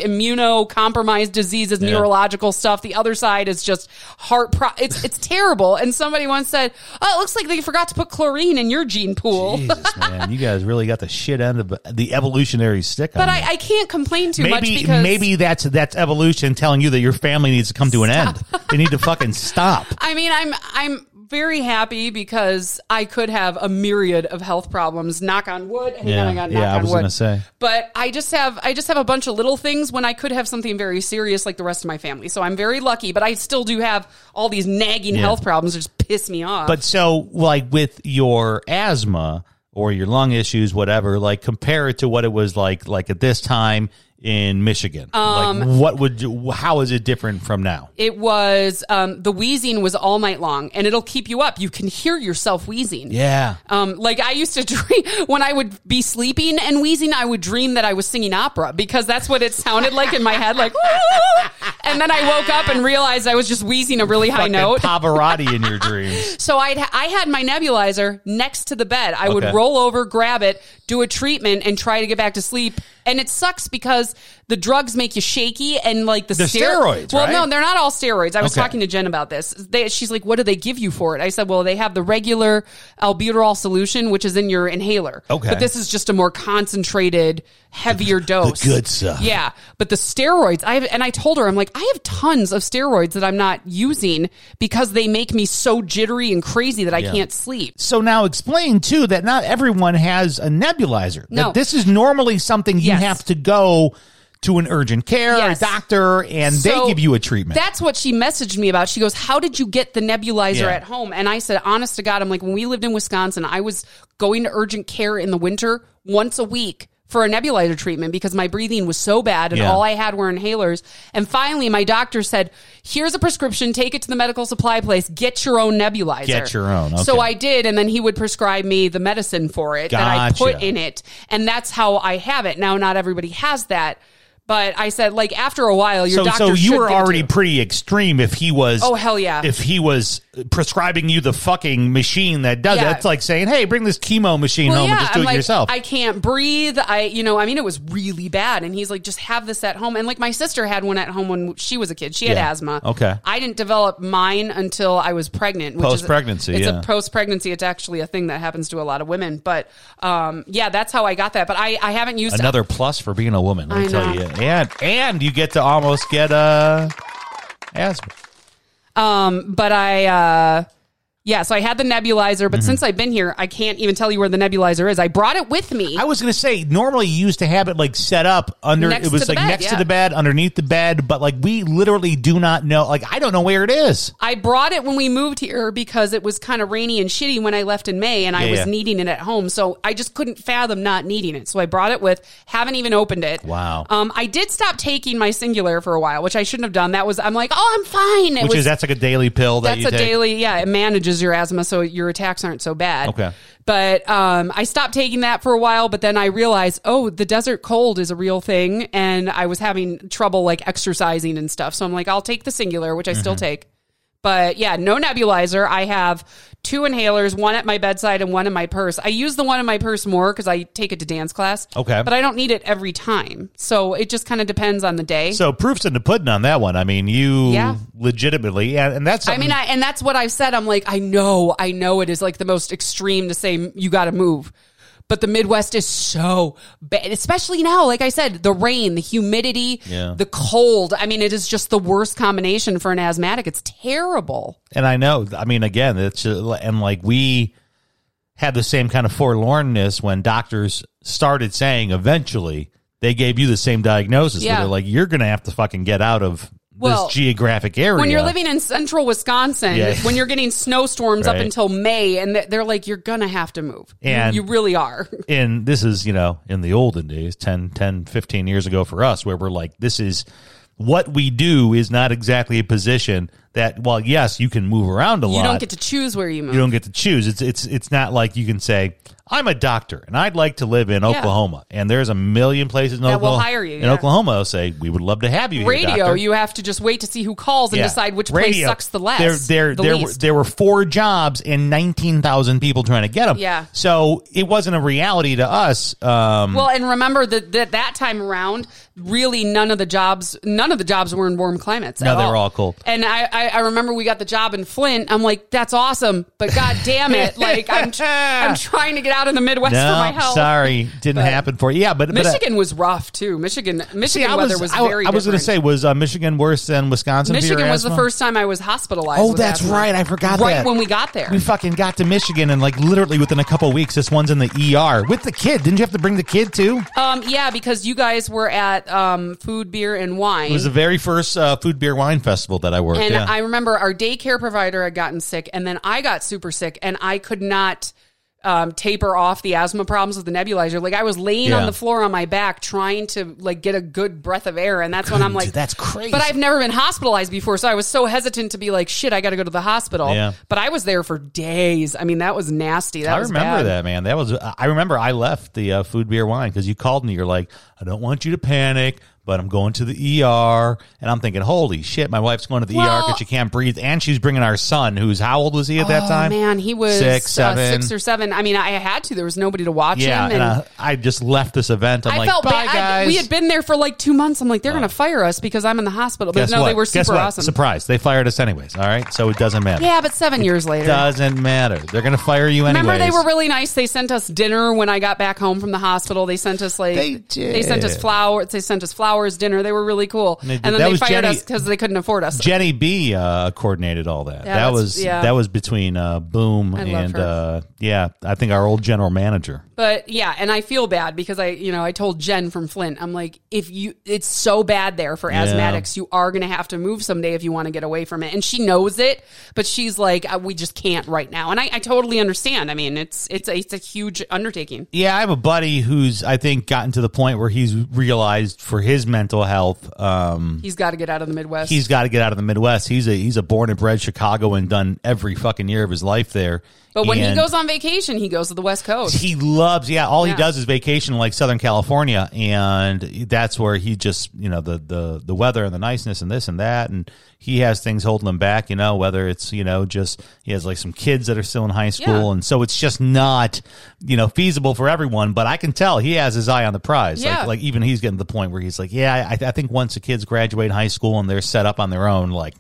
Speaker 2: immunocompromised diseases,
Speaker 1: Yeah.
Speaker 2: neurological stuff. The other side is just heart pro it's it's terrible. And somebody once said, "Oh, it looks like they forgot to put chlorine in your gene pool."
Speaker 1: Jesus, man, you guys really got the shit end of the evolutionary stick.
Speaker 2: But
Speaker 1: on
Speaker 2: I,
Speaker 1: you.
Speaker 2: I can't complain too much
Speaker 1: maybe
Speaker 2: because
Speaker 1: maybe that's that's evolution telling you that your family needs to come to an end. they need to fucking stop.
Speaker 2: I mean, I'm I'm very happy because I could have a myriad of health problems. Knock on wood. Hang
Speaker 1: Yeah,
Speaker 2: on, hang on,
Speaker 1: yeah,
Speaker 2: knock
Speaker 1: I
Speaker 2: on
Speaker 1: was
Speaker 2: wood.
Speaker 1: gonna say.
Speaker 2: But I just have I just have a bunch of little things when I could have something very serious like the rest of my family. So I'm very lucky, but I still do have all these nagging
Speaker 1: Yeah.
Speaker 2: health problems that just piss me off.
Speaker 1: But so like with your asthma or your lung issues, whatever, like compare it to what it was like like at this time in Michigan.
Speaker 2: Um,
Speaker 1: like what would you, how is it different from now?
Speaker 2: it was um, the wheezing was all night long, and it'll keep you up. You can hear yourself wheezing.
Speaker 1: Yeah.
Speaker 2: Um, like I used to dream when I would be sleeping and wheezing, I would dream that I was singing opera because that's what it sounded like in my head, like. "Ooh." and then I woke up and realized I was just wheezing a really high
Speaker 1: Fucking
Speaker 2: note.
Speaker 1: Pavarotti in your dreams.
Speaker 2: So I would I had my nebulizer next to the bed. I would
Speaker 1: Okay.
Speaker 2: roll over, grab it, do a treatment, and try to get back to sleep. And it sucks because the drugs make you shaky and like the
Speaker 1: They're steroids,
Speaker 2: Well,
Speaker 1: right?
Speaker 2: no, they're not all steroids. I was
Speaker 1: Okay.
Speaker 2: talking to Jen about this. They, she's like, "What do they give you for it?" I said, "Well, they have the regular albuterol solution, which is in your inhaler.
Speaker 1: Okay.
Speaker 2: but this is just a more concentrated, heavier dose.
Speaker 1: good stuff.
Speaker 2: Yeah, but the steroids. I have, and I told her, I'm like, I have tons of steroids that I'm not using because they make me so jittery and crazy that I can't sleep.
Speaker 1: So now explain too that not everyone has a nebulizer.
Speaker 2: No.
Speaker 1: That this is normally something you
Speaker 2: Yes.
Speaker 1: have to go to an urgent care,
Speaker 2: Yes.
Speaker 1: a doctor, and
Speaker 2: So
Speaker 1: they give you a treatment.
Speaker 2: That's what she messaged me about. She goes, How did you get the nebulizer
Speaker 1: Yeah.
Speaker 2: at home? And I said, Honest to God, I'm like, when we lived in Wisconsin, I was going to urgent care in the winter once a week for a nebulizer treatment because my breathing was so bad and
Speaker 1: Yeah.
Speaker 2: all I had were inhalers. And finally, my doctor said, Here's a prescription, take it to the medical supply place, get your own nebulizer.
Speaker 1: Get your own,
Speaker 2: So
Speaker 1: okay.
Speaker 2: I did, and then he would prescribe me the medicine for it that I put
Speaker 1: Gotcha.
Speaker 2: in it. And that's how I have it. Now, not everybody has that. But I said, like after a while, your
Speaker 1: so,
Speaker 2: doctor.
Speaker 1: so you were
Speaker 2: should give it to
Speaker 1: already
Speaker 2: you.
Speaker 1: pretty extreme if he was
Speaker 2: Oh, hell yeah.
Speaker 1: if he was prescribing you the fucking machine that does
Speaker 2: Yeah.
Speaker 1: it it's like saying hey bring this chemo machine home and just do
Speaker 2: I'm
Speaker 1: it
Speaker 2: like,
Speaker 1: yourself
Speaker 2: I can't breathe. I, you know, I mean, it was really bad. And he's like, just have this at home. And like, my sister had one at home when she was a kid. She had
Speaker 1: Yeah.
Speaker 2: asthma.
Speaker 1: Okay.
Speaker 2: I didn't develop mine until I was pregnant. which is-
Speaker 1: Post-pregnancy,
Speaker 2: It's
Speaker 1: yeah.
Speaker 2: a post pregnancy. It's actually a thing that happens to a lot of women. But um, yeah, that's how I got that. But I, I haven't used
Speaker 1: another plus for being a woman let me
Speaker 2: I
Speaker 1: tell
Speaker 2: know.
Speaker 1: you and and you get to almost get uh asthma
Speaker 2: Um, but I, uh, yeah, so I had the nebulizer.
Speaker 1: Mm-hmm.
Speaker 2: But since I've been here, I can't even tell you where the nebulizer is. I brought it with me.
Speaker 1: I was gonna say normally you used to have it like set up under
Speaker 2: Next
Speaker 1: it was
Speaker 2: to the
Speaker 1: like
Speaker 2: bed,
Speaker 1: next to
Speaker 2: yeah.
Speaker 1: the bed underneath the bed but like we literally do not know like I don't know where it is
Speaker 2: I brought it when we moved here because it was kind of rainy and shitty when I left in May and I
Speaker 1: Yeah,
Speaker 2: was
Speaker 1: yeah.
Speaker 2: needing it at home. So I just couldn't fathom not needing it. So I brought it with, haven't even opened it.
Speaker 1: Wow.
Speaker 2: Um, I did stop taking my singular for a while, which I shouldn't have done. That was, I'm like, oh, I'm fine. It
Speaker 1: which
Speaker 2: was,
Speaker 1: is that's like a daily pill that
Speaker 2: that's
Speaker 1: you
Speaker 2: a
Speaker 1: take
Speaker 2: daily, yeah, it manages your asthma so your attacks aren't so bad.
Speaker 1: Okay.
Speaker 2: But um, I stopped taking that for a while, but then I realized, oh, the desert cold is a real thing. And I was having trouble like exercising and stuff. So I'm like, I'll take the singular, which I
Speaker 1: Mm-hmm.
Speaker 2: still take. But yeah, no nebulizer. I have two inhalers, one at my bedside and one in my purse. I use the one in my purse more because I take it to dance class.
Speaker 1: Okay.
Speaker 2: But I don't need it every time. So it just kind of depends on the day.
Speaker 1: So proof's in the pudding on that one. I mean, you
Speaker 2: Yeah.
Speaker 1: legitimately, and, and that's.
Speaker 2: I mean, I, and that's what I've said. I'm like, I know, I know it is like the most extreme to say you got to move. But the Midwest is so bad, especially now. Like I said, the rain, the humidity,
Speaker 1: Yeah.
Speaker 2: the cold. I mean, it is just the worst combination for an asthmatic. It's terrible.
Speaker 1: and I know. I mean, again, it's uh, and like we had the same kind of forlornness when doctors started saying eventually they gave you the same diagnosis. where
Speaker 2: Yeah.
Speaker 1: They're like, you're going to have to fucking get out of
Speaker 2: Well,
Speaker 1: this geographic area.
Speaker 2: When you're living in central Wisconsin,
Speaker 1: Yeah.
Speaker 2: when you're getting snowstorms up
Speaker 1: Right.
Speaker 2: until May, and th- they're like, you're going to have to move. You-
Speaker 1: And-
Speaker 2: you really are.
Speaker 1: in this is you know in the olden days 10 10 15 years ago for us where we're like this is what we do is not exactly a position that well, yes, you can move around a
Speaker 2: You
Speaker 1: lot.
Speaker 2: don't get to choose where you move.
Speaker 1: you don't get to choose. It's it's it's not like you can say I'm a doctor and I'd like to live in Oklahoma. And there's a million places in
Speaker 2: That will
Speaker 1: Oklahoma.
Speaker 2: hire you,
Speaker 1: in
Speaker 2: yeah.
Speaker 1: Oklahoma. They'll say we would love to have you. here,
Speaker 2: radio,
Speaker 1: doctor."
Speaker 2: you have to just wait to see who calls and
Speaker 1: Yeah.
Speaker 2: decide which place
Speaker 1: Radio.
Speaker 2: sucks the less.
Speaker 1: There, there,
Speaker 2: the
Speaker 1: there, were,
Speaker 2: least.
Speaker 1: there were four jobs and nineteen thousand people trying to get them.
Speaker 2: Yeah.
Speaker 1: So it wasn't a reality to us. Um,
Speaker 2: well, and remember that, that that time around, really none of the jobs, none of the jobs were in warm climates.
Speaker 1: No,
Speaker 2: at
Speaker 1: they were all cold.
Speaker 2: And I, I, I remember we got the job in Flint. I'm like, that's awesome, but god damn it, like I'm, tr- I'm trying to get out of the Midwest for my
Speaker 1: no,
Speaker 2: health.
Speaker 1: sorry, didn't happen for you. Yeah, but but, uh,
Speaker 2: Michigan was rough too. Michigan,
Speaker 1: see,
Speaker 2: Michigan
Speaker 1: I
Speaker 2: weather
Speaker 1: was,
Speaker 2: was
Speaker 1: I,
Speaker 2: very.
Speaker 1: I was going to
Speaker 2: different.
Speaker 1: say, was uh, Michigan worse than Wisconsin? for your
Speaker 2: Michigan was the
Speaker 1: asthma?
Speaker 2: first time I was hospitalized.
Speaker 1: Oh,
Speaker 2: with
Speaker 1: that's
Speaker 2: asthma.
Speaker 1: right. I forgot
Speaker 2: Right
Speaker 1: that.
Speaker 2: when we got there.
Speaker 1: We fucking got to Michigan, and like literally within a couple weeks, this one's in the ER with the kid. Didn't you have to bring the kid too?
Speaker 2: Um, yeah, because you guys were at um, food, beer, and wine.
Speaker 1: It was the very first uh, food, beer, wine festival that I worked.
Speaker 2: and
Speaker 1: yeah.
Speaker 2: I remember our daycare provider had gotten sick, and then I got super sick, and I could not um, taper off the asthma problems with the nebulizer. Like I was laying
Speaker 1: Yeah.
Speaker 2: on the floor on my back trying to like get a good breath of air, and that's when I'm
Speaker 1: Couldn't do-
Speaker 2: like,
Speaker 1: that's crazy.
Speaker 2: But I've never been hospitalized before, so I was so hesitant to be like, shit, I got to go to the hospital.
Speaker 1: Yeah.
Speaker 2: But I was there for days. I mean, that was nasty. That
Speaker 1: I
Speaker 2: was
Speaker 1: remember
Speaker 2: bad.
Speaker 1: that man. That was I remember I left the uh, food, beer, wine because you called me. You're like, I don't want you to panic, but I'm going to the ER, and I'm thinking, holy shit, my wife's going to the ER
Speaker 2: Well-
Speaker 1: because she can't breathe, and she's bringing our son, who's how old was he at that
Speaker 2: Oh,
Speaker 1: time?
Speaker 2: man, he was
Speaker 1: six, seven,
Speaker 2: uh, six or seven. I mean, I had to. There was nobody to watch
Speaker 1: yeah.
Speaker 2: him,
Speaker 1: And, I, I just left this event. I'm
Speaker 2: I
Speaker 1: like,
Speaker 2: felt
Speaker 1: bye
Speaker 2: bad. I-
Speaker 1: guys.
Speaker 2: we had been there for like two months. I'm like, they're going to fire us because I'm in the hospital. But
Speaker 1: Guess
Speaker 2: no,
Speaker 1: what?
Speaker 2: they were
Speaker 1: Guess
Speaker 2: super
Speaker 1: what?
Speaker 2: awesome.
Speaker 1: Surprise! They fired us anyways. All right, so it doesn't matter.
Speaker 2: Yeah, but seven years later.
Speaker 1: Doesn't matter. They're gonna fire you anyways.
Speaker 2: Remember, they were really nice. They sent us dinner when I got back home from the hospital. They sent us like
Speaker 3: They did.
Speaker 2: sent us flowers. They sent us flowers, dinner. They were really cool.
Speaker 1: they
Speaker 2: And,
Speaker 1: did.
Speaker 2: then
Speaker 1: That
Speaker 2: they
Speaker 1: was
Speaker 2: fired
Speaker 1: Jenny-
Speaker 2: us because they couldn't afford us.
Speaker 1: Jenny B uh, coordinated all that. that
Speaker 2: that's-
Speaker 1: was
Speaker 2: yeah.
Speaker 1: that was between uh, Boom
Speaker 2: love
Speaker 1: and
Speaker 2: her.
Speaker 1: uh, yeah, I think our old general manager.
Speaker 2: But yeah, and I feel bad because I, you know, I told Jen from Flint, I'm like, if you, it's so bad there for asthmatics, you are going to have to move someday if you want to get away from it. And she knows it, but she's like, uh, we just can't right now. And I, I totally understand. I mean, it's, it's a, it's a huge undertaking.
Speaker 1: Yeah, I have a buddy who's I think gotten to the point where he's realized for his mental health, um,
Speaker 2: He's got to get out of the Midwest.
Speaker 1: he's got to get out of the Midwest. He's a he's a born and bred Chicagoan, done every fucking year of his life there.
Speaker 2: but when he
Speaker 1: And-
Speaker 2: goes on vacation, he goes to the West Coast.
Speaker 1: He loves, yeah. All
Speaker 2: Yeah.
Speaker 1: he does is vacation like Southern California, and that's where he just, you know, the the the weather and the niceness and this and that, and he has things holding him back, you know, whether it's you know just he has like some kids that are still in high school,
Speaker 2: Yeah.
Speaker 1: and so it's just not, you know, feasible for everyone. But I can tell he has his eye on the prize.
Speaker 2: Yeah.
Speaker 1: Like, like even he's getting to the point where he's like, yeah, I, I think once the kids graduate high school and they're set up on their own, like.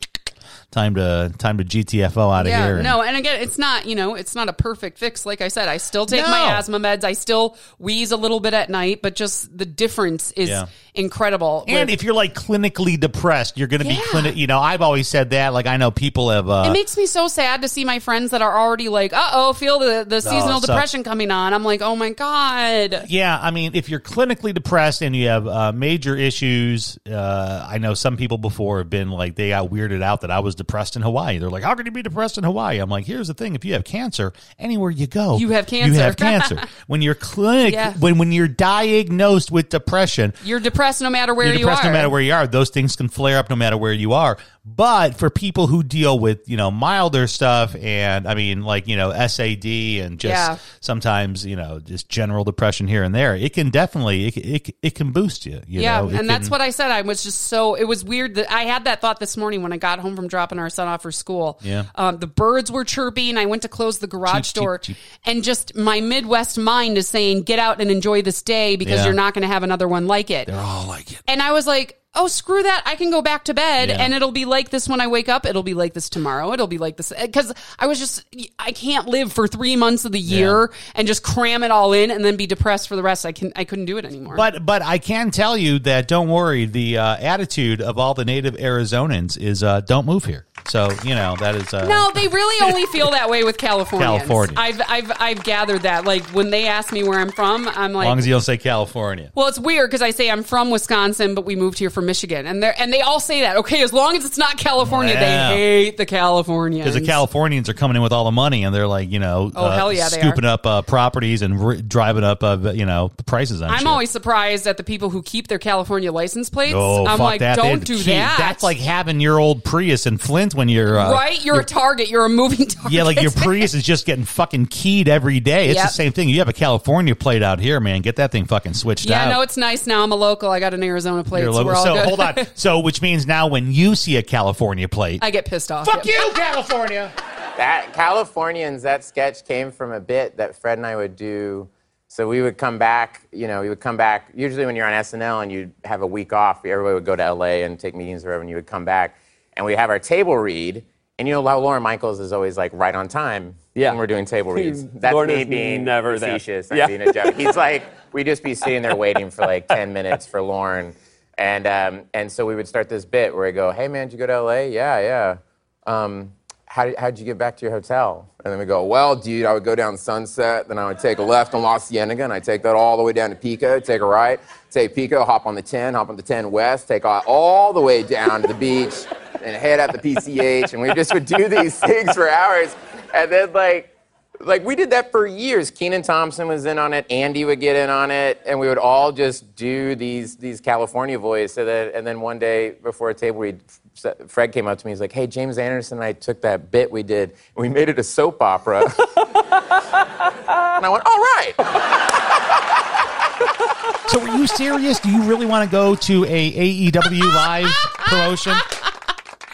Speaker 1: Time to time to GTFO out of
Speaker 2: yeah,
Speaker 1: here. and-
Speaker 2: no, and again, it's not you know, it's not a perfect fix. Like I said, I still take
Speaker 1: No.
Speaker 2: my asthma meds. I still wheeze a little bit at night, but just the difference is
Speaker 1: Yeah.
Speaker 2: incredible.
Speaker 1: And
Speaker 2: with-
Speaker 1: if you're like clinically depressed, you're going to be
Speaker 2: Yeah.
Speaker 1: clinic. You know, I've always said that. Like I know people have. Uh,
Speaker 2: It makes me so sad to see my friends that are already like, uh oh, feel the, the seasonal
Speaker 1: sucks.
Speaker 2: depression coming on. I'm like, oh my God.
Speaker 1: yeah, I mean, if you're clinically depressed and you have uh, major issues, uh, I know some people before have been like they got weirded out that I was depressed in Hawaii. They're like, "How can you be depressed in Hawaii?" I'm like, "Here's the thing: if you have cancer, anywhere you go,
Speaker 2: You have cancer.
Speaker 1: You have cancer. when you're clinic,
Speaker 2: Yeah.
Speaker 1: when when you're diagnosed with depression,
Speaker 2: You're depressed no matter where
Speaker 1: you're
Speaker 2: you
Speaker 1: depressed
Speaker 2: are.
Speaker 1: no matter where you are. Those things can flare up no matter where you are. But for people who deal with, you know, milder stuff and I mean like, you know, SAD and just
Speaker 2: Yeah.
Speaker 1: sometimes, you know, just general depression here and there, it can definitely it it, it can boost you, you
Speaker 2: yeah,
Speaker 1: know. It
Speaker 2: and that's
Speaker 1: can-
Speaker 2: what I said. I was just so it was weird that I had that thought this morning when I got home from dropping our son off for school.
Speaker 1: Yeah.
Speaker 2: um, the birds were chirping. I went to close the garage
Speaker 1: Cheep, cheep,
Speaker 2: door,
Speaker 1: cheep.
Speaker 2: and just my Midwest mind is saying, "Get out and enjoy this day because
Speaker 1: Yeah.
Speaker 2: you're not going to have another one like it." They're all like it. And I was like, "Oh, screw that! I can go back to bed,
Speaker 1: Yeah.
Speaker 2: and it'll be like this when I wake up. It'll be like this tomorrow. It'll be like this because I was just I can't live for three months of the year and just cram it all in and then be depressed for the rest. I can I couldn't do it anymore.
Speaker 1: But but I can tell you that don't worry. The uh, attitude of all the native Arizonans is uh, don't move here. So you know that is uh,
Speaker 2: No, they really only feel that way with Californians.
Speaker 1: California.
Speaker 2: I've, I've, I've gathered that. Like when they ask me where I'm from, I'm
Speaker 1: As long
Speaker 2: like,
Speaker 1: as you don't say California.
Speaker 2: well, it's weird because I say I'm from Wisconsin, but we moved here from Michigan, and they and they all say that. Okay, as long as it's not California,
Speaker 1: Yeah.
Speaker 2: they hate the Californians.
Speaker 1: because the Californians are coming in with all the money and they're like, you know,
Speaker 2: Oh, hell yeah, they
Speaker 1: scooping
Speaker 2: are.
Speaker 1: up uh, properties and r- driving up, uh, you know, the prices on.
Speaker 2: I'm
Speaker 1: shit.
Speaker 2: always surprised at the people who keep their California license plates.
Speaker 1: Oh,
Speaker 2: I'm
Speaker 1: fuck
Speaker 2: like,
Speaker 1: that. They had
Speaker 2: don't
Speaker 1: the
Speaker 2: do
Speaker 1: key.
Speaker 2: that.
Speaker 1: That's like having your old Prius in Flint when you're uh,
Speaker 2: right? You're a target. You're a moving target.
Speaker 1: Yeah, like your Prius is just getting fucking keyed every day. It's
Speaker 2: Yep.
Speaker 1: the same thing. You have a California plate out here, man. Get that thing fucking switched
Speaker 2: yeah,
Speaker 1: out.
Speaker 2: no, it's nice now. I'm a local. I got an Arizona plate.
Speaker 1: You're
Speaker 2: so
Speaker 1: local.
Speaker 2: we're all
Speaker 1: so
Speaker 2: good.
Speaker 1: hold on. So which means now when you see a California plate,
Speaker 2: I get pissed off.
Speaker 1: fuck
Speaker 2: yeah.
Speaker 1: you, California.
Speaker 4: That Californians, that sketch came from a bit that Fred and I would do. So we would come back, you know, we would come back. Usually when you're on SNL and you'd have a week off, everybody would go to LA and take meetings or whatever, and you would come back and we'd have our table read. And you know how Lauren Michaels is always like right on time
Speaker 5: Yeah.
Speaker 4: when we're doing table reads. That's
Speaker 5: Lauren
Speaker 4: me
Speaker 5: is
Speaker 4: being
Speaker 5: never there.
Speaker 4: facetious. I'm
Speaker 5: Yeah.
Speaker 4: being a joke. He's like, we'd just be sitting there waiting for like 10 minutes for Lauren. And, um, and so we would start this bit where we go, hey man, did you go to LA? Yeah, yeah. Um, how, how'd you get back to your hotel? And then we go, well, dude, I would go down Sunset, then I would take a left on La Cienega, and I take that all the way down to Pico, take a right, take Pico, hop on the 10, hop on the 10 West, take all, all the way down to the beach, and head up the PCH. And we just would do these things for hours. And then, like, like we did that for years. Keenan Thompson was in on it. Andy would get in on it, and we would all just do these these California voices. So that, and then one day before a table read, F- Fred came up to me. He's like, "Hey, James Anderson and I took that bit we did, and we made it a soap opera." and I went, "All right."
Speaker 1: So are you serious? Do you really want to go to a AEW live promotion?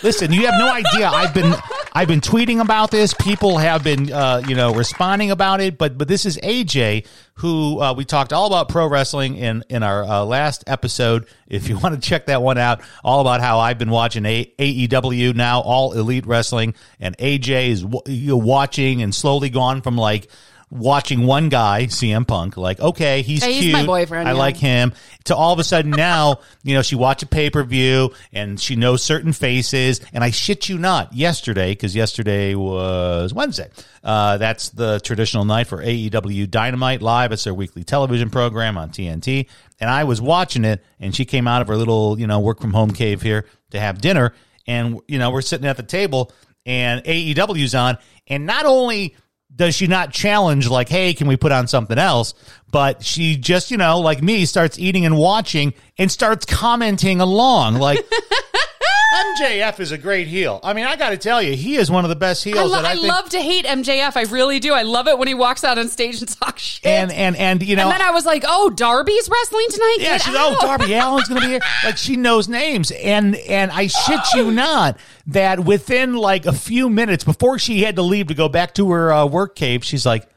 Speaker 1: Listen, you have no idea. I've been I've been tweeting about this. People have been uh, you know responding about it. But but this is AJ who uh, we talked all about pro wrestling in in our uh, last episode. If you want to check that one out, all about how I've been watching a- AEW now, all Elite Wrestling, and AJ is w- you watching and slowly gone from like. Watching one guy, CM Punk, like okay, he's
Speaker 2: Hey,
Speaker 1: cute.
Speaker 2: he's my boyfriend,
Speaker 1: I
Speaker 2: yeah.
Speaker 1: like him to all of a sudden now, you know, she watched a pay per view and she knows certain faces. And I shit you not, yesterday, because yesterday was Wednesday. Uh, that's the traditional night for AEW Dynamite Live. It's their weekly television program on TNT. And I was watching it and she came out of her little, you know, work from home cave here to have dinner. And, you know, we're sitting at the table and AEW's on. And not only does she not challenge like hey can we put on something else but she just you know like me starts eating and watching and starts commenting along like MJF is a great heel. I mean, I got to tell you, he is one of the best
Speaker 2: I,
Speaker 1: heels
Speaker 2: lo-
Speaker 1: that I,
Speaker 2: I
Speaker 1: think.
Speaker 2: love to hate MJF. I really do. I love it when he walks out on stage and talks shit.
Speaker 1: and and and you know,
Speaker 2: and then I was like, oh, Darby's wrestling tonight?
Speaker 1: Yeah,
Speaker 2: Get
Speaker 1: she's
Speaker 2: out.
Speaker 1: oh Darby Allen's gonna be here. Like she knows names, and and I shit
Speaker 2: Oh.
Speaker 1: you not that within like a few minutes before she had to leave to go back to her uh, work cave, she's like,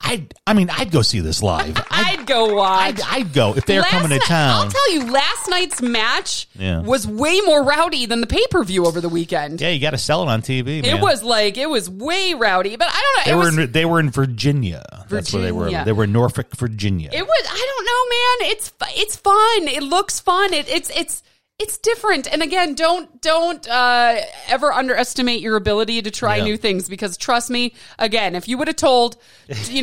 Speaker 1: I I mean I'd go see this live. I'd,
Speaker 2: I'd go
Speaker 1: I'd,
Speaker 2: watch.
Speaker 1: I'd go if they're
Speaker 2: Last
Speaker 1: coming to
Speaker 2: night-
Speaker 1: town.
Speaker 2: I'll tell you, last night's match
Speaker 1: Yeah.
Speaker 2: was way more rowdy than the pay per view over the weekend.
Speaker 1: yeah, you got to sell it on TV. Man.
Speaker 2: It was like it was way rowdy, but I don't know.
Speaker 1: They
Speaker 2: it
Speaker 1: were
Speaker 2: was
Speaker 1: in, they were in Virginia. That's where they were.
Speaker 2: Virginia.
Speaker 1: They were in Norfolk, Virginia.
Speaker 2: It was. I don't know, man. It's fu- it's fun. It looks fun. It, it's it's it's different. And again, don't don't uh, ever underestimate your ability to try
Speaker 1: Yeah.
Speaker 2: new things because trust me, again, if you would have told you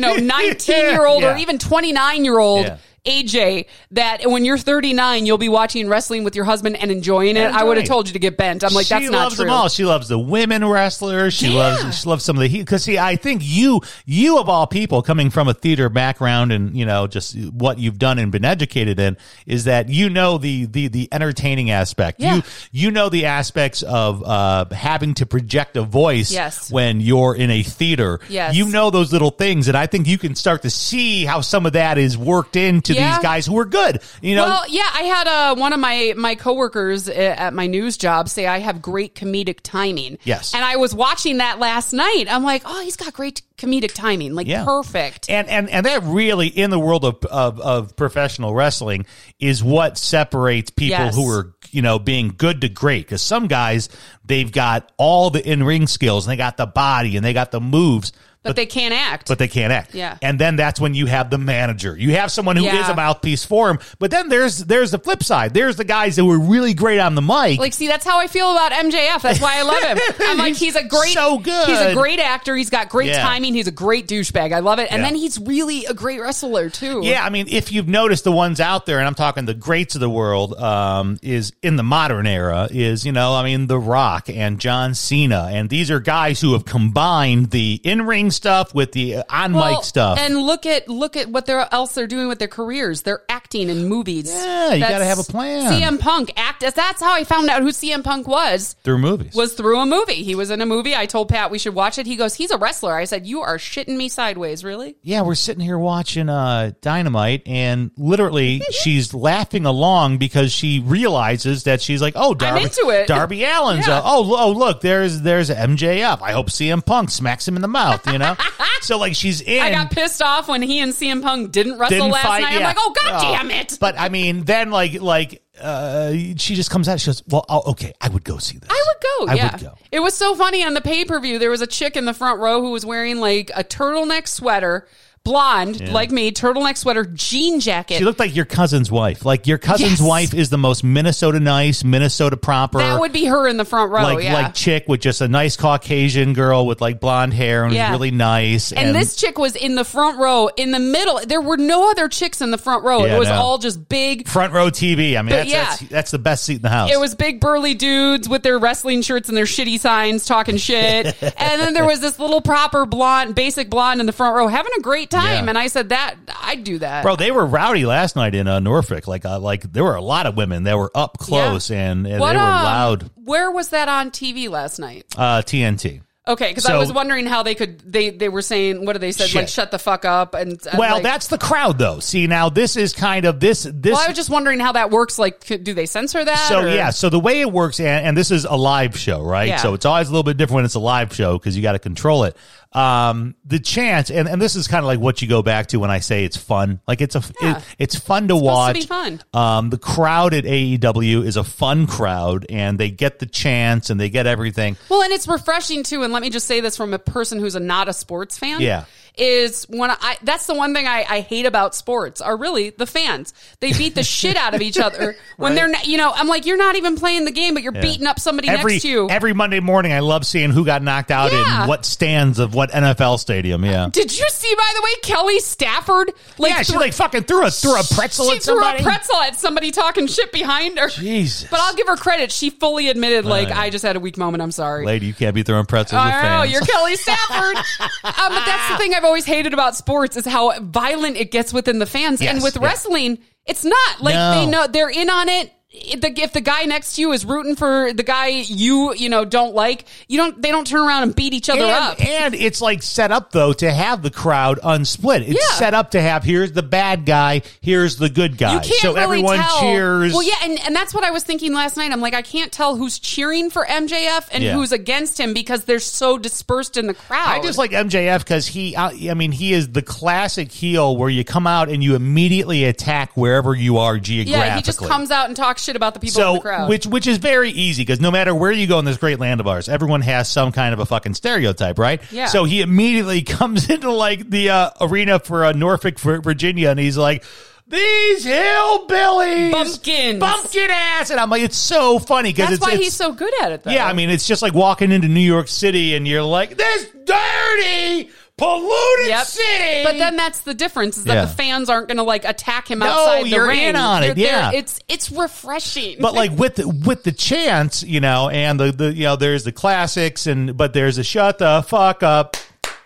Speaker 2: know nineteen year old
Speaker 1: Yeah.
Speaker 2: or even twenty nine year old.
Speaker 1: Yeah.
Speaker 2: AJ, that when you're 39, you'll be watching wrestling with your husband and enjoying it. I would have
Speaker 1: Enjoying.
Speaker 2: told you to get bent. I'm like,
Speaker 1: she
Speaker 2: that's not
Speaker 1: loves
Speaker 2: true.
Speaker 1: them all. She loves the women wrestlers. She loves she loves some of the because see, I think you you of all people coming from a theater background and you know just what you've done and been educated in is that you know the the the entertaining aspect.
Speaker 2: Yeah.
Speaker 1: You you know the aspects of uh, having to project a voice
Speaker 2: Yes.
Speaker 1: when you're in a theater.
Speaker 2: Yes.
Speaker 1: you know those little things, and I think you can start to see how some of that is worked into
Speaker 2: Yeah.
Speaker 1: these guys who are good. You know,
Speaker 2: Well, yeah, I had uh, one of my my coworkers uh, at my news job say I have great comedic timing.
Speaker 1: Yes.
Speaker 2: and I was watching that last night. I'm like, oh, he's got great comedic timing, like
Speaker 1: Yeah.
Speaker 2: perfect.
Speaker 1: And and and that really in the world of of, of professional wrestling is what separates people
Speaker 2: Yes.
Speaker 1: who are you know being good to great because some guys they've got all the in ring skills and they got the body and they got the moves.
Speaker 2: but, they can't act.
Speaker 1: But they can't act.
Speaker 2: Yeah.
Speaker 1: And then that's when you have the manager. You have someone who is
Speaker 2: Yeah.
Speaker 1: a mouthpiece for him. But then there's there's the flip side. There's the guys that were really great on the mic.
Speaker 2: like, see, that's how I feel about MJF. That's why I love him. I'm like, he's a great,
Speaker 1: so good.
Speaker 2: He's a great actor. He's got great
Speaker 1: Yeah.
Speaker 2: timing. He's a great douchebag. I love it. And
Speaker 1: Yeah.
Speaker 2: then he's really a great wrestler too.
Speaker 1: Yeah, I mean, if you've noticed the ones out there, and I'm talking the greats of the world, um, is in the modern era, is, you know, I mean, The Rock and John Cena. And these are guys who have combined the in ring acting stuff with the uh, on
Speaker 2: Well,
Speaker 1: mic stuff.
Speaker 2: And look at look at what they're else they're doing with their careers. They're acting in movies.
Speaker 1: Yeah, you gotta have a plan.
Speaker 2: CM Punk act that's how I found out who CM Punk was.
Speaker 1: through movies.
Speaker 2: Was through a movie. He was in a movie. I told Pat we should watch it. He goes, He's a wrestler. I said, You are shitting me sideways, really?
Speaker 1: yeah, we're sitting here watching uh, Dynamite, and literally she's laughing along because she realizes that she's like, "Oh, Darby,
Speaker 2: into it.
Speaker 1: Darby Allen's.
Speaker 2: Yeah.
Speaker 1: Uh, oh, lo- oh, look, there's there's MJF. I hope CM Punk smacks him in the mouth. You know, so like she's in.
Speaker 2: I got pissed off when he and CM Punk didn't wrestle
Speaker 1: didn't
Speaker 2: last
Speaker 1: fight.
Speaker 2: night. I'm
Speaker 1: yeah.
Speaker 2: like, oh god
Speaker 1: Oh.
Speaker 2: damn it!
Speaker 1: But I mean, then like like uh, she just comes out. She goes, "Well, oh, okay, I would go see this.
Speaker 2: I would go.
Speaker 1: I
Speaker 2: yeah.
Speaker 1: would go.
Speaker 2: It was so funny on the pay per view. There was a chick in the front row who was wearing like a turtleneck sweater, blonde like me, turtleneck sweater, jean jacket.
Speaker 1: She looked like your cousin's wife. Like your cousin's
Speaker 2: Yes.
Speaker 1: wife is the most Minnesota nice, Minnesota proper.
Speaker 2: that would be her in the front row.
Speaker 1: like
Speaker 2: yeah.
Speaker 1: like chick with just a nice Caucasian girl with like blonde hair and was
Speaker 2: Yeah.
Speaker 1: really nice.
Speaker 2: and, this chick was in the front row, in the middle. There were no other chicks in the front row.
Speaker 1: Yeah,
Speaker 2: it was
Speaker 1: no.
Speaker 2: all just big.
Speaker 1: front row TV. I mean, that's,
Speaker 2: yeah.
Speaker 1: that's that's the best seat in the house.
Speaker 2: It was big burly dudes with their wrestling shirts and their shitty signs talking shit. and then there was this little proper blonde, basic blonde in the front row having a great time.
Speaker 1: Yeah.
Speaker 2: And I said that I'd do that.
Speaker 1: Bro, they were rowdy last night in uh, Norfolk. Like, uh, like there were a lot of women that were up close and, and
Speaker 2: What,
Speaker 1: they were
Speaker 2: um,
Speaker 1: loud.
Speaker 2: Where was that on TV last night?
Speaker 1: Uh, TNT.
Speaker 2: Okay, because
Speaker 1: So-
Speaker 2: I was wondering how they could they they were saying what do they said like
Speaker 1: Shit.
Speaker 2: shut the fuck up and uh,
Speaker 1: Well,
Speaker 2: like-
Speaker 1: that's the crowd, though. See, now this is kind of this this.
Speaker 2: well I was just wondering how that works. Like, could, do they censor that?
Speaker 1: so
Speaker 2: or-
Speaker 1: yeah, so the way it works, and, and this is a live show, right?
Speaker 2: Yeah.
Speaker 1: So it's always a little bit different when it's a live show because you got to control it. Um, the chance, and, and this is kind of like what you go back to when I say it's fun. Like it's a it, it's fun to watch.
Speaker 2: be fun.
Speaker 1: Um, the crowd at AEW is a fun crowd, and they get the chance and they get everything.
Speaker 2: Well, and it's refreshing too. And let me just say this from a person who's a, not a sports fan.
Speaker 1: Yeah.
Speaker 2: Is when I that's the one thing I, I hate about sports are really the fans. They beat the shit out of each other when they're not, you know I'm like you're not even playing the game but you're beating up somebody
Speaker 1: every
Speaker 2: next to you.
Speaker 1: every Monday morning, I love seeing who got knocked out
Speaker 2: Yeah.
Speaker 1: in what stands of what NFL stadium. Yeah.
Speaker 2: Did you see by the way Kelly Stafford like
Speaker 1: yeah, she
Speaker 2: threw-
Speaker 1: like fucking threw a threw a pretzel
Speaker 2: she
Speaker 1: at somebody.
Speaker 2: threw a pretzel at somebody talking shit behind her.
Speaker 1: Jesus.
Speaker 2: But I'll give her credit. She fully admitted, like, I just had a weak moment. I'm sorry.
Speaker 1: Lady, you can't be throwing pretzels with
Speaker 2: I know
Speaker 1: fans.
Speaker 2: you're Kelly Stafford, um, but that's the thing I've always hated about sports is how violent it gets within the fans.
Speaker 1: Yes,
Speaker 2: and with
Speaker 1: yeah.
Speaker 2: wrestling, it's not like
Speaker 1: No.
Speaker 2: they know they're in on it. If the, if the guy next to you is rooting for the guy you you know don't like, you don't they don't turn around and beat each other up.
Speaker 1: and, and it's like set up though to have the crowd unsplit. It's
Speaker 2: Yeah.
Speaker 1: set up to have here's the bad guy, here's the good guy.
Speaker 2: You can't
Speaker 1: so
Speaker 2: really
Speaker 1: everyone
Speaker 2: tell.
Speaker 1: cheers.
Speaker 2: Well, yeah, and, and that's what I was thinking last night. I'm like, I can't tell who's cheering for MJF and
Speaker 1: Yeah.
Speaker 2: who's against him because they're so dispersed in the crowd.
Speaker 1: I just like MJF because he, I I mean, he is the classic heel where you come out and you immediately attack wherever you are geographically.
Speaker 2: yeah, he just comes out and talks shit about the people in the
Speaker 1: so
Speaker 2: crowd.
Speaker 1: which which is very easy because no matter where you go in this great land of ours, everyone has some kind of a fucking stereotype, right?
Speaker 2: Yeah.
Speaker 1: So he immediately comes into like the uh, arena for uh, Norfolk, Vir- Virginia, and he's like. These hillbillies,
Speaker 2: Bumpkins."
Speaker 1: bumpkin ass, and I'm like, it's so funny because
Speaker 2: that's
Speaker 1: it's,
Speaker 2: why
Speaker 1: it's
Speaker 2: he's so good at it. though.
Speaker 1: yeah. I mean, it's just like walking into New York City and you're like, this dirty, polluted
Speaker 2: Yep.
Speaker 1: city.
Speaker 2: But then that's the difference is that
Speaker 1: Yeah.
Speaker 2: the fans aren't going to like attack him outside the
Speaker 1: you're
Speaker 2: ring.
Speaker 1: in on it,
Speaker 2: They're- they're-
Speaker 1: yeah.
Speaker 2: it's it's refreshing.
Speaker 1: but like with the, with the chance, you know, and the, the you know, there's the classics, and but there's a shut the fuck up,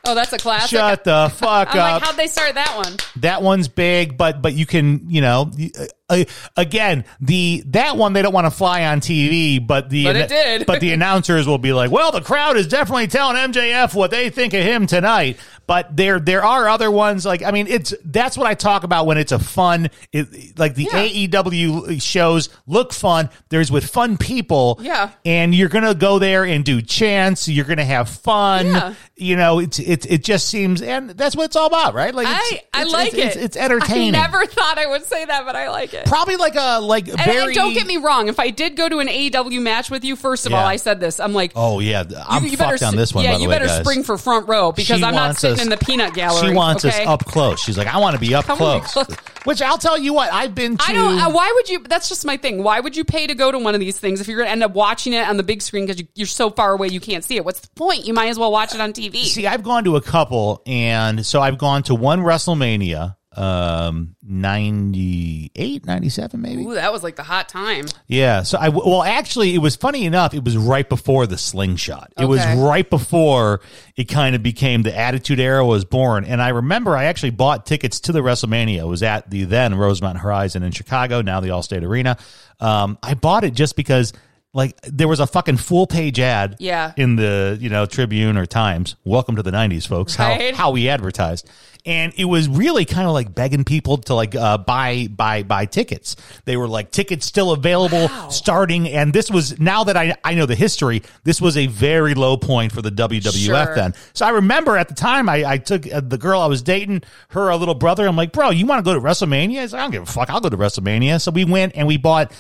Speaker 2: oh, that's a classic.
Speaker 1: shut the fuck
Speaker 2: I'm
Speaker 1: up.
Speaker 2: like, how'd they start that one?
Speaker 1: that one's big, but but you can you know. y- Uh, again, the that one they don't want to fly on TV, but the
Speaker 2: But it did.
Speaker 1: but the announcers will be like, "Well, the crowd is definitely telling MJF what they think of him tonight." But there there are other ones like I mean, it's that's what I talk about when it's a fun it, like the
Speaker 2: Yeah.
Speaker 1: AEW shows look fun. There's with fun people,
Speaker 2: Yeah.
Speaker 1: and you're gonna go there and do chants. You're gonna have fun,
Speaker 2: Yeah.
Speaker 1: you know. It's it it just seems, and that's what it's all about, right? Like.
Speaker 2: I,
Speaker 1: It's-
Speaker 2: I
Speaker 1: it's-
Speaker 2: like
Speaker 1: it's,
Speaker 2: it.
Speaker 1: It's, it's entertaining.
Speaker 2: I never thought I would say that, but I like it.
Speaker 1: probably like a like
Speaker 2: And, and
Speaker 1: very.
Speaker 2: don't get me wrong. If I did go to an AEW match with you, first of
Speaker 1: Yeah.
Speaker 2: all, I said this. I'm like,
Speaker 1: Oh yeah, I'm
Speaker 2: you, you
Speaker 1: fucked
Speaker 2: better,
Speaker 1: on this one.
Speaker 2: Yeah,
Speaker 1: by the
Speaker 2: you
Speaker 1: way,
Speaker 2: better
Speaker 1: guys.
Speaker 2: spring for front row because
Speaker 1: She
Speaker 2: I'm not
Speaker 1: wants
Speaker 2: sitting
Speaker 1: us-
Speaker 2: in the peanut gallery.
Speaker 1: She wants
Speaker 2: okay?
Speaker 1: us up close. She's like, I want to be up
Speaker 2: I wanna be
Speaker 1: close.
Speaker 2: close.
Speaker 1: Which I'll tell you what, I've been to.
Speaker 2: I don't. Uh, why would you? That's just my thing. Why would you pay to go to one of these things if you're going to end up watching it on the big screen because you, you're so far away you can't see it? What's the point? You might as well watch it on TV.
Speaker 1: See, I've gone to a couple, and so I've gone to one WrestleMania um 98 97 maybe
Speaker 2: Ooh, that was like the hot time.
Speaker 1: yeah so i w- well actually it was funny enough it was right before the slingshot it was
Speaker 2: Okay.
Speaker 1: right before it kind of became the attitude era was born and i remember i actually bought tickets to the wrestlemania it was at the then rosemont horizon in chicago now the allstate arena um i bought it just because like there was a fucking full page ad
Speaker 2: Yeah.
Speaker 1: in the you know Tribune or Times. Welcome to the '90s, folks. How
Speaker 2: Right.
Speaker 1: how we advertised, and it was really kind of like begging people to like uh, buy buy buy tickets. They were like tickets still available starting, and this was now that I I know the history. This was a very low point for the WWF
Speaker 2: Sure.
Speaker 1: then. So I remember at the time I, I took uh, the girl I was dating, her a little brother. I'm like, bro, you want to go to WrestleMania? He's like, I don't give a fuck. I'll go to WrestleMania. So we went and we bought.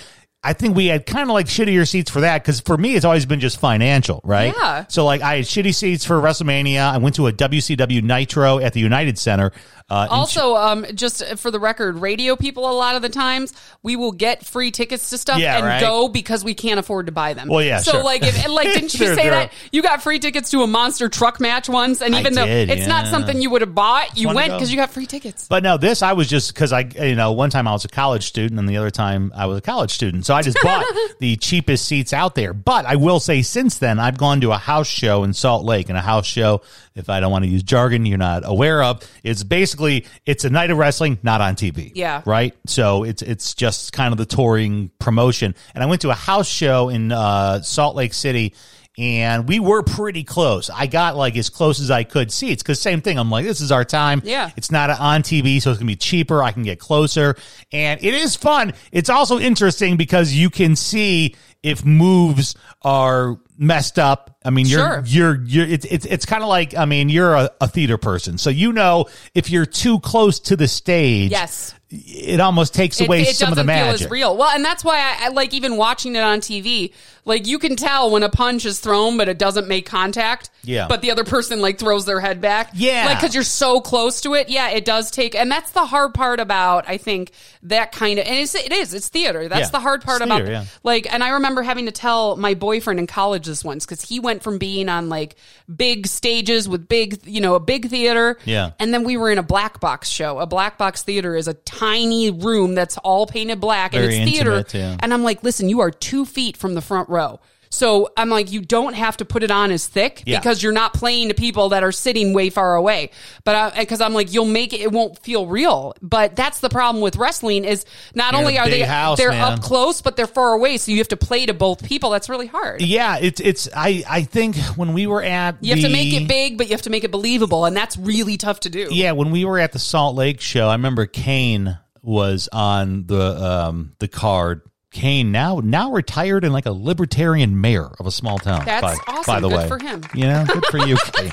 Speaker 1: I think we had kind of like shittier seats for that because for me it's always been just financial, right?
Speaker 2: Yeah.
Speaker 1: So like I had shitty seats for WrestleMania. I went to a WCW Nitro at the United Center. Uh, in
Speaker 2: Also, um, just for the record, radio people a lot of the times we will get free tickets to stuff
Speaker 1: Yeah,
Speaker 2: and
Speaker 1: right.
Speaker 2: go because we can't afford to buy them.
Speaker 1: Well, yeah,
Speaker 2: So
Speaker 1: sure.
Speaker 2: like, if, and, like, didn't you
Speaker 1: They're-
Speaker 2: say
Speaker 1: they're-
Speaker 2: that you got free tickets to a monster truck match once? And
Speaker 1: I
Speaker 2: even though
Speaker 1: did,
Speaker 2: it's not
Speaker 1: yeah.
Speaker 2: something you would have bought, you
Speaker 1: wanted to
Speaker 2: went
Speaker 1: go.
Speaker 2: because you got free tickets.
Speaker 1: But no, this I was just because I, you know, one time I was a college student and the other time I was a college student. So I just bought the cheapest seats out there. But I will say since then, I've gone to a house show in Salt Lake and a house show, if I don't want to use jargon you're not aware of, it's basically, it's a night of wrestling, not on TV.
Speaker 2: Yeah.
Speaker 1: Right. So it's, it's just kind of the touring promotion. And I went to a house show in uh, Salt Lake City and we were pretty close. I got like as close as I could seats because same thing. I'm like, this is our time.
Speaker 2: Yeah.
Speaker 1: It's not on TV, so it's going to be cheaper. I can get closer. And it is fun. It's also interesting because you can see if moves are messed up. I mean,
Speaker 2: Sure.
Speaker 1: you're, you're, you're, it's, it's, it's kind of like, I mean, you're a, a theater person. So you know if you're too close to the stage,
Speaker 2: Yes.
Speaker 1: it almost takes away some of the magic.
Speaker 2: feel as real. Well, and that's why I, I like even watching it on TV. Like you can tell when a punch is thrown, but it doesn't make contact.
Speaker 1: Yeah.
Speaker 2: But the other person like throws their head back.
Speaker 1: Yeah.
Speaker 2: Like because you're so close to it. Yeah, it does take, and that's the hard part about I think that kind of, and it's, it is it's theater. That's
Speaker 1: Yeah.
Speaker 2: the hard part
Speaker 1: It's
Speaker 2: about
Speaker 1: theater, yeah.
Speaker 2: like, and I remember having to tell my boyfriend in college this once because he went from being on like big stages with big, you know, a big theater.
Speaker 1: Yeah.
Speaker 2: And then we were in a black box show. A black box theater is a tiny room that's all painted black
Speaker 1: Very
Speaker 2: and it's theater.
Speaker 1: intimate, yeah.
Speaker 2: And I'm like, listen, you are two feet from the front row. So I'm like, you don't have to put it on as thick
Speaker 1: Yeah.
Speaker 2: because you're not playing to people that are sitting way far away. But because I'm like, you'll make it, it won't feel real. But that's the problem with wrestling is not
Speaker 1: You're in
Speaker 2: only
Speaker 1: a
Speaker 2: are
Speaker 1: big
Speaker 2: they
Speaker 1: house,
Speaker 2: they're
Speaker 1: man.
Speaker 2: up close, but they're far away. So you have to play to both people. That's really hard.
Speaker 1: yeah. It's, it's, I, I think when we were at
Speaker 2: You have to make
Speaker 1: the-
Speaker 2: it big, but you have to make it believable, and that's really tough to do.
Speaker 1: Yeah, when we were at the Salt Lake show, I remember Kane was on the um the card. Kane now now retired and like a libertarian mayor of a small town.
Speaker 2: That's
Speaker 1: by,
Speaker 2: awesome.
Speaker 1: By the
Speaker 2: Good
Speaker 1: way,
Speaker 2: for him.
Speaker 1: You know, good for you. Kane.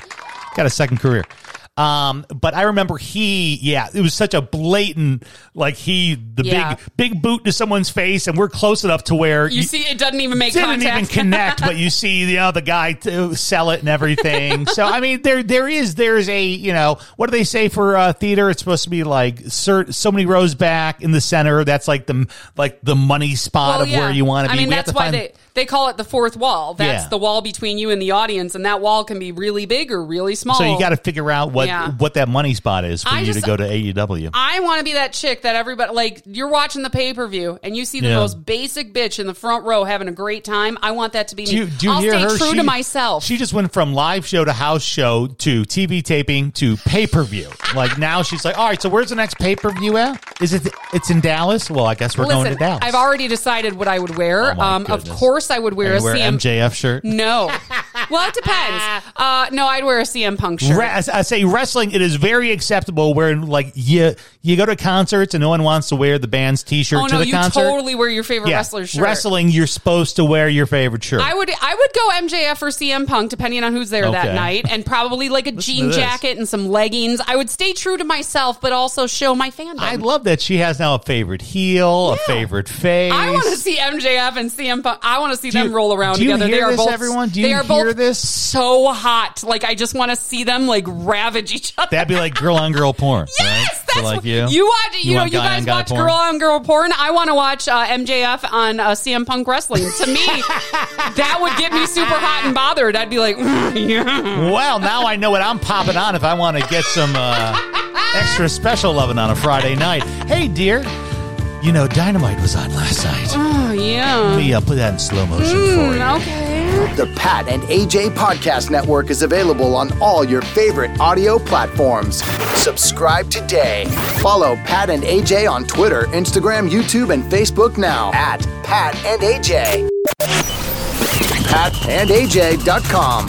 Speaker 1: Got a second career. Um, but I remember he, yeah, it was such a blatant, like he, the
Speaker 2: Yeah.
Speaker 1: big, big boot to someone's face, and we're close enough to where
Speaker 2: You see, it doesn't even make
Speaker 1: didn't
Speaker 2: contact.
Speaker 1: even connect, but you see you know, the guy to sell it and everything. so I mean, there there is there's a you know what do they say for uh, theater? It's supposed to be like cer- so many rows back in the center. That's like the like the money spot
Speaker 2: Well,
Speaker 1: of where
Speaker 2: Oh, yeah.
Speaker 1: you want to be.
Speaker 2: I mean,
Speaker 1: We have
Speaker 2: that's
Speaker 1: to
Speaker 2: why
Speaker 1: find-
Speaker 2: they they call it the fourth wall. That's
Speaker 1: Yeah.
Speaker 2: the wall between you and the audience, and that wall can be really big or really small.
Speaker 1: So you got to figure out what
Speaker 2: Yeah.
Speaker 1: what that money spot is for
Speaker 2: I
Speaker 1: you to
Speaker 2: just-
Speaker 1: go to E AEW.
Speaker 2: I want to be that chick that everybody like. You're watching the pay per view and you see the
Speaker 1: Yeah.
Speaker 2: most basic bitch in the front row having a great time. I want that to be me.
Speaker 1: do you, do you
Speaker 2: I'll
Speaker 1: hear
Speaker 2: stay
Speaker 1: her?
Speaker 2: true
Speaker 1: She-
Speaker 2: to myself.
Speaker 1: She just went from live show to house show to TV taping to pay per view. like now she's like, all right, so where's the next pay per view at? Is it? It's in Dallas. Well, I guess we're going to
Speaker 2: Listen,
Speaker 1: Dallas.
Speaker 2: I've already decided what I would wear.
Speaker 1: Oh, my
Speaker 2: um, of
Speaker 1: goodness.
Speaker 2: course, I would wear
Speaker 1: You wear
Speaker 2: a CM.
Speaker 1: MJF shirt.
Speaker 2: No, well, it depends. Uh, no, I'd wear a CM Punk shirt.
Speaker 1: Re- I I say wrestling. It is very acceptable where like you you go to concerts and no one wants to wear the band's T-shirt
Speaker 2: oh
Speaker 1: to
Speaker 2: no,
Speaker 1: the
Speaker 2: you
Speaker 1: concert.
Speaker 2: totally wear your favorite
Speaker 1: Yeah.
Speaker 2: wrestler's shirt.
Speaker 1: Wrestling, you're supposed to wear your favorite shirt.
Speaker 2: I would I would go MJF or CM Punk depending on who's there
Speaker 1: Okay.
Speaker 2: that night, and probably like a
Speaker 1: Listen to
Speaker 2: jean
Speaker 1: this.
Speaker 2: jacket and some leggings. I would stay true to myself, but also show my fandom.
Speaker 1: I love that she has now a favorite heel, a favorite face.
Speaker 2: I want to see MJF and CM Punk. I want to see
Speaker 1: Do you-
Speaker 2: them roll around
Speaker 1: do you
Speaker 2: together. they
Speaker 1: hear
Speaker 2: are
Speaker 1: this,
Speaker 2: both
Speaker 1: everyone? Do you
Speaker 2: they are
Speaker 1: hear
Speaker 2: both
Speaker 1: this?
Speaker 2: so hot. Like I just want to see them like ravage each other.
Speaker 1: That'd be like girl on girl porn. right?
Speaker 2: Yes,
Speaker 1: For
Speaker 2: that's
Speaker 1: like
Speaker 2: what-
Speaker 1: you.
Speaker 2: watch. You, know,
Speaker 1: want
Speaker 2: you
Speaker 1: guy
Speaker 2: guys
Speaker 1: on guy
Speaker 2: watch
Speaker 1: porn?
Speaker 2: girl on girl porn. I want to watch uh, MJF on uh, CM Punk wrestling. To me, that would get me super hot and bothered. I'd be like, yeah.
Speaker 1: Well, now I know what I'm popping on if I want to get some uh, Extra special loving on a Friday night. Hey, dear. You know, Dynamite was on last night.
Speaker 2: Oh, yeah.
Speaker 1: We uh, put that in slow motion
Speaker 2: Mm.
Speaker 1: for you.
Speaker 2: Okay.
Speaker 3: The Pat and AJ Podcast Network is available on all your favorite audio platforms. Subscribe today. Follow Pat and AJ on Twitter, Instagram, YouTube, and Facebook now at Pat and AJ. PatandAJ.com.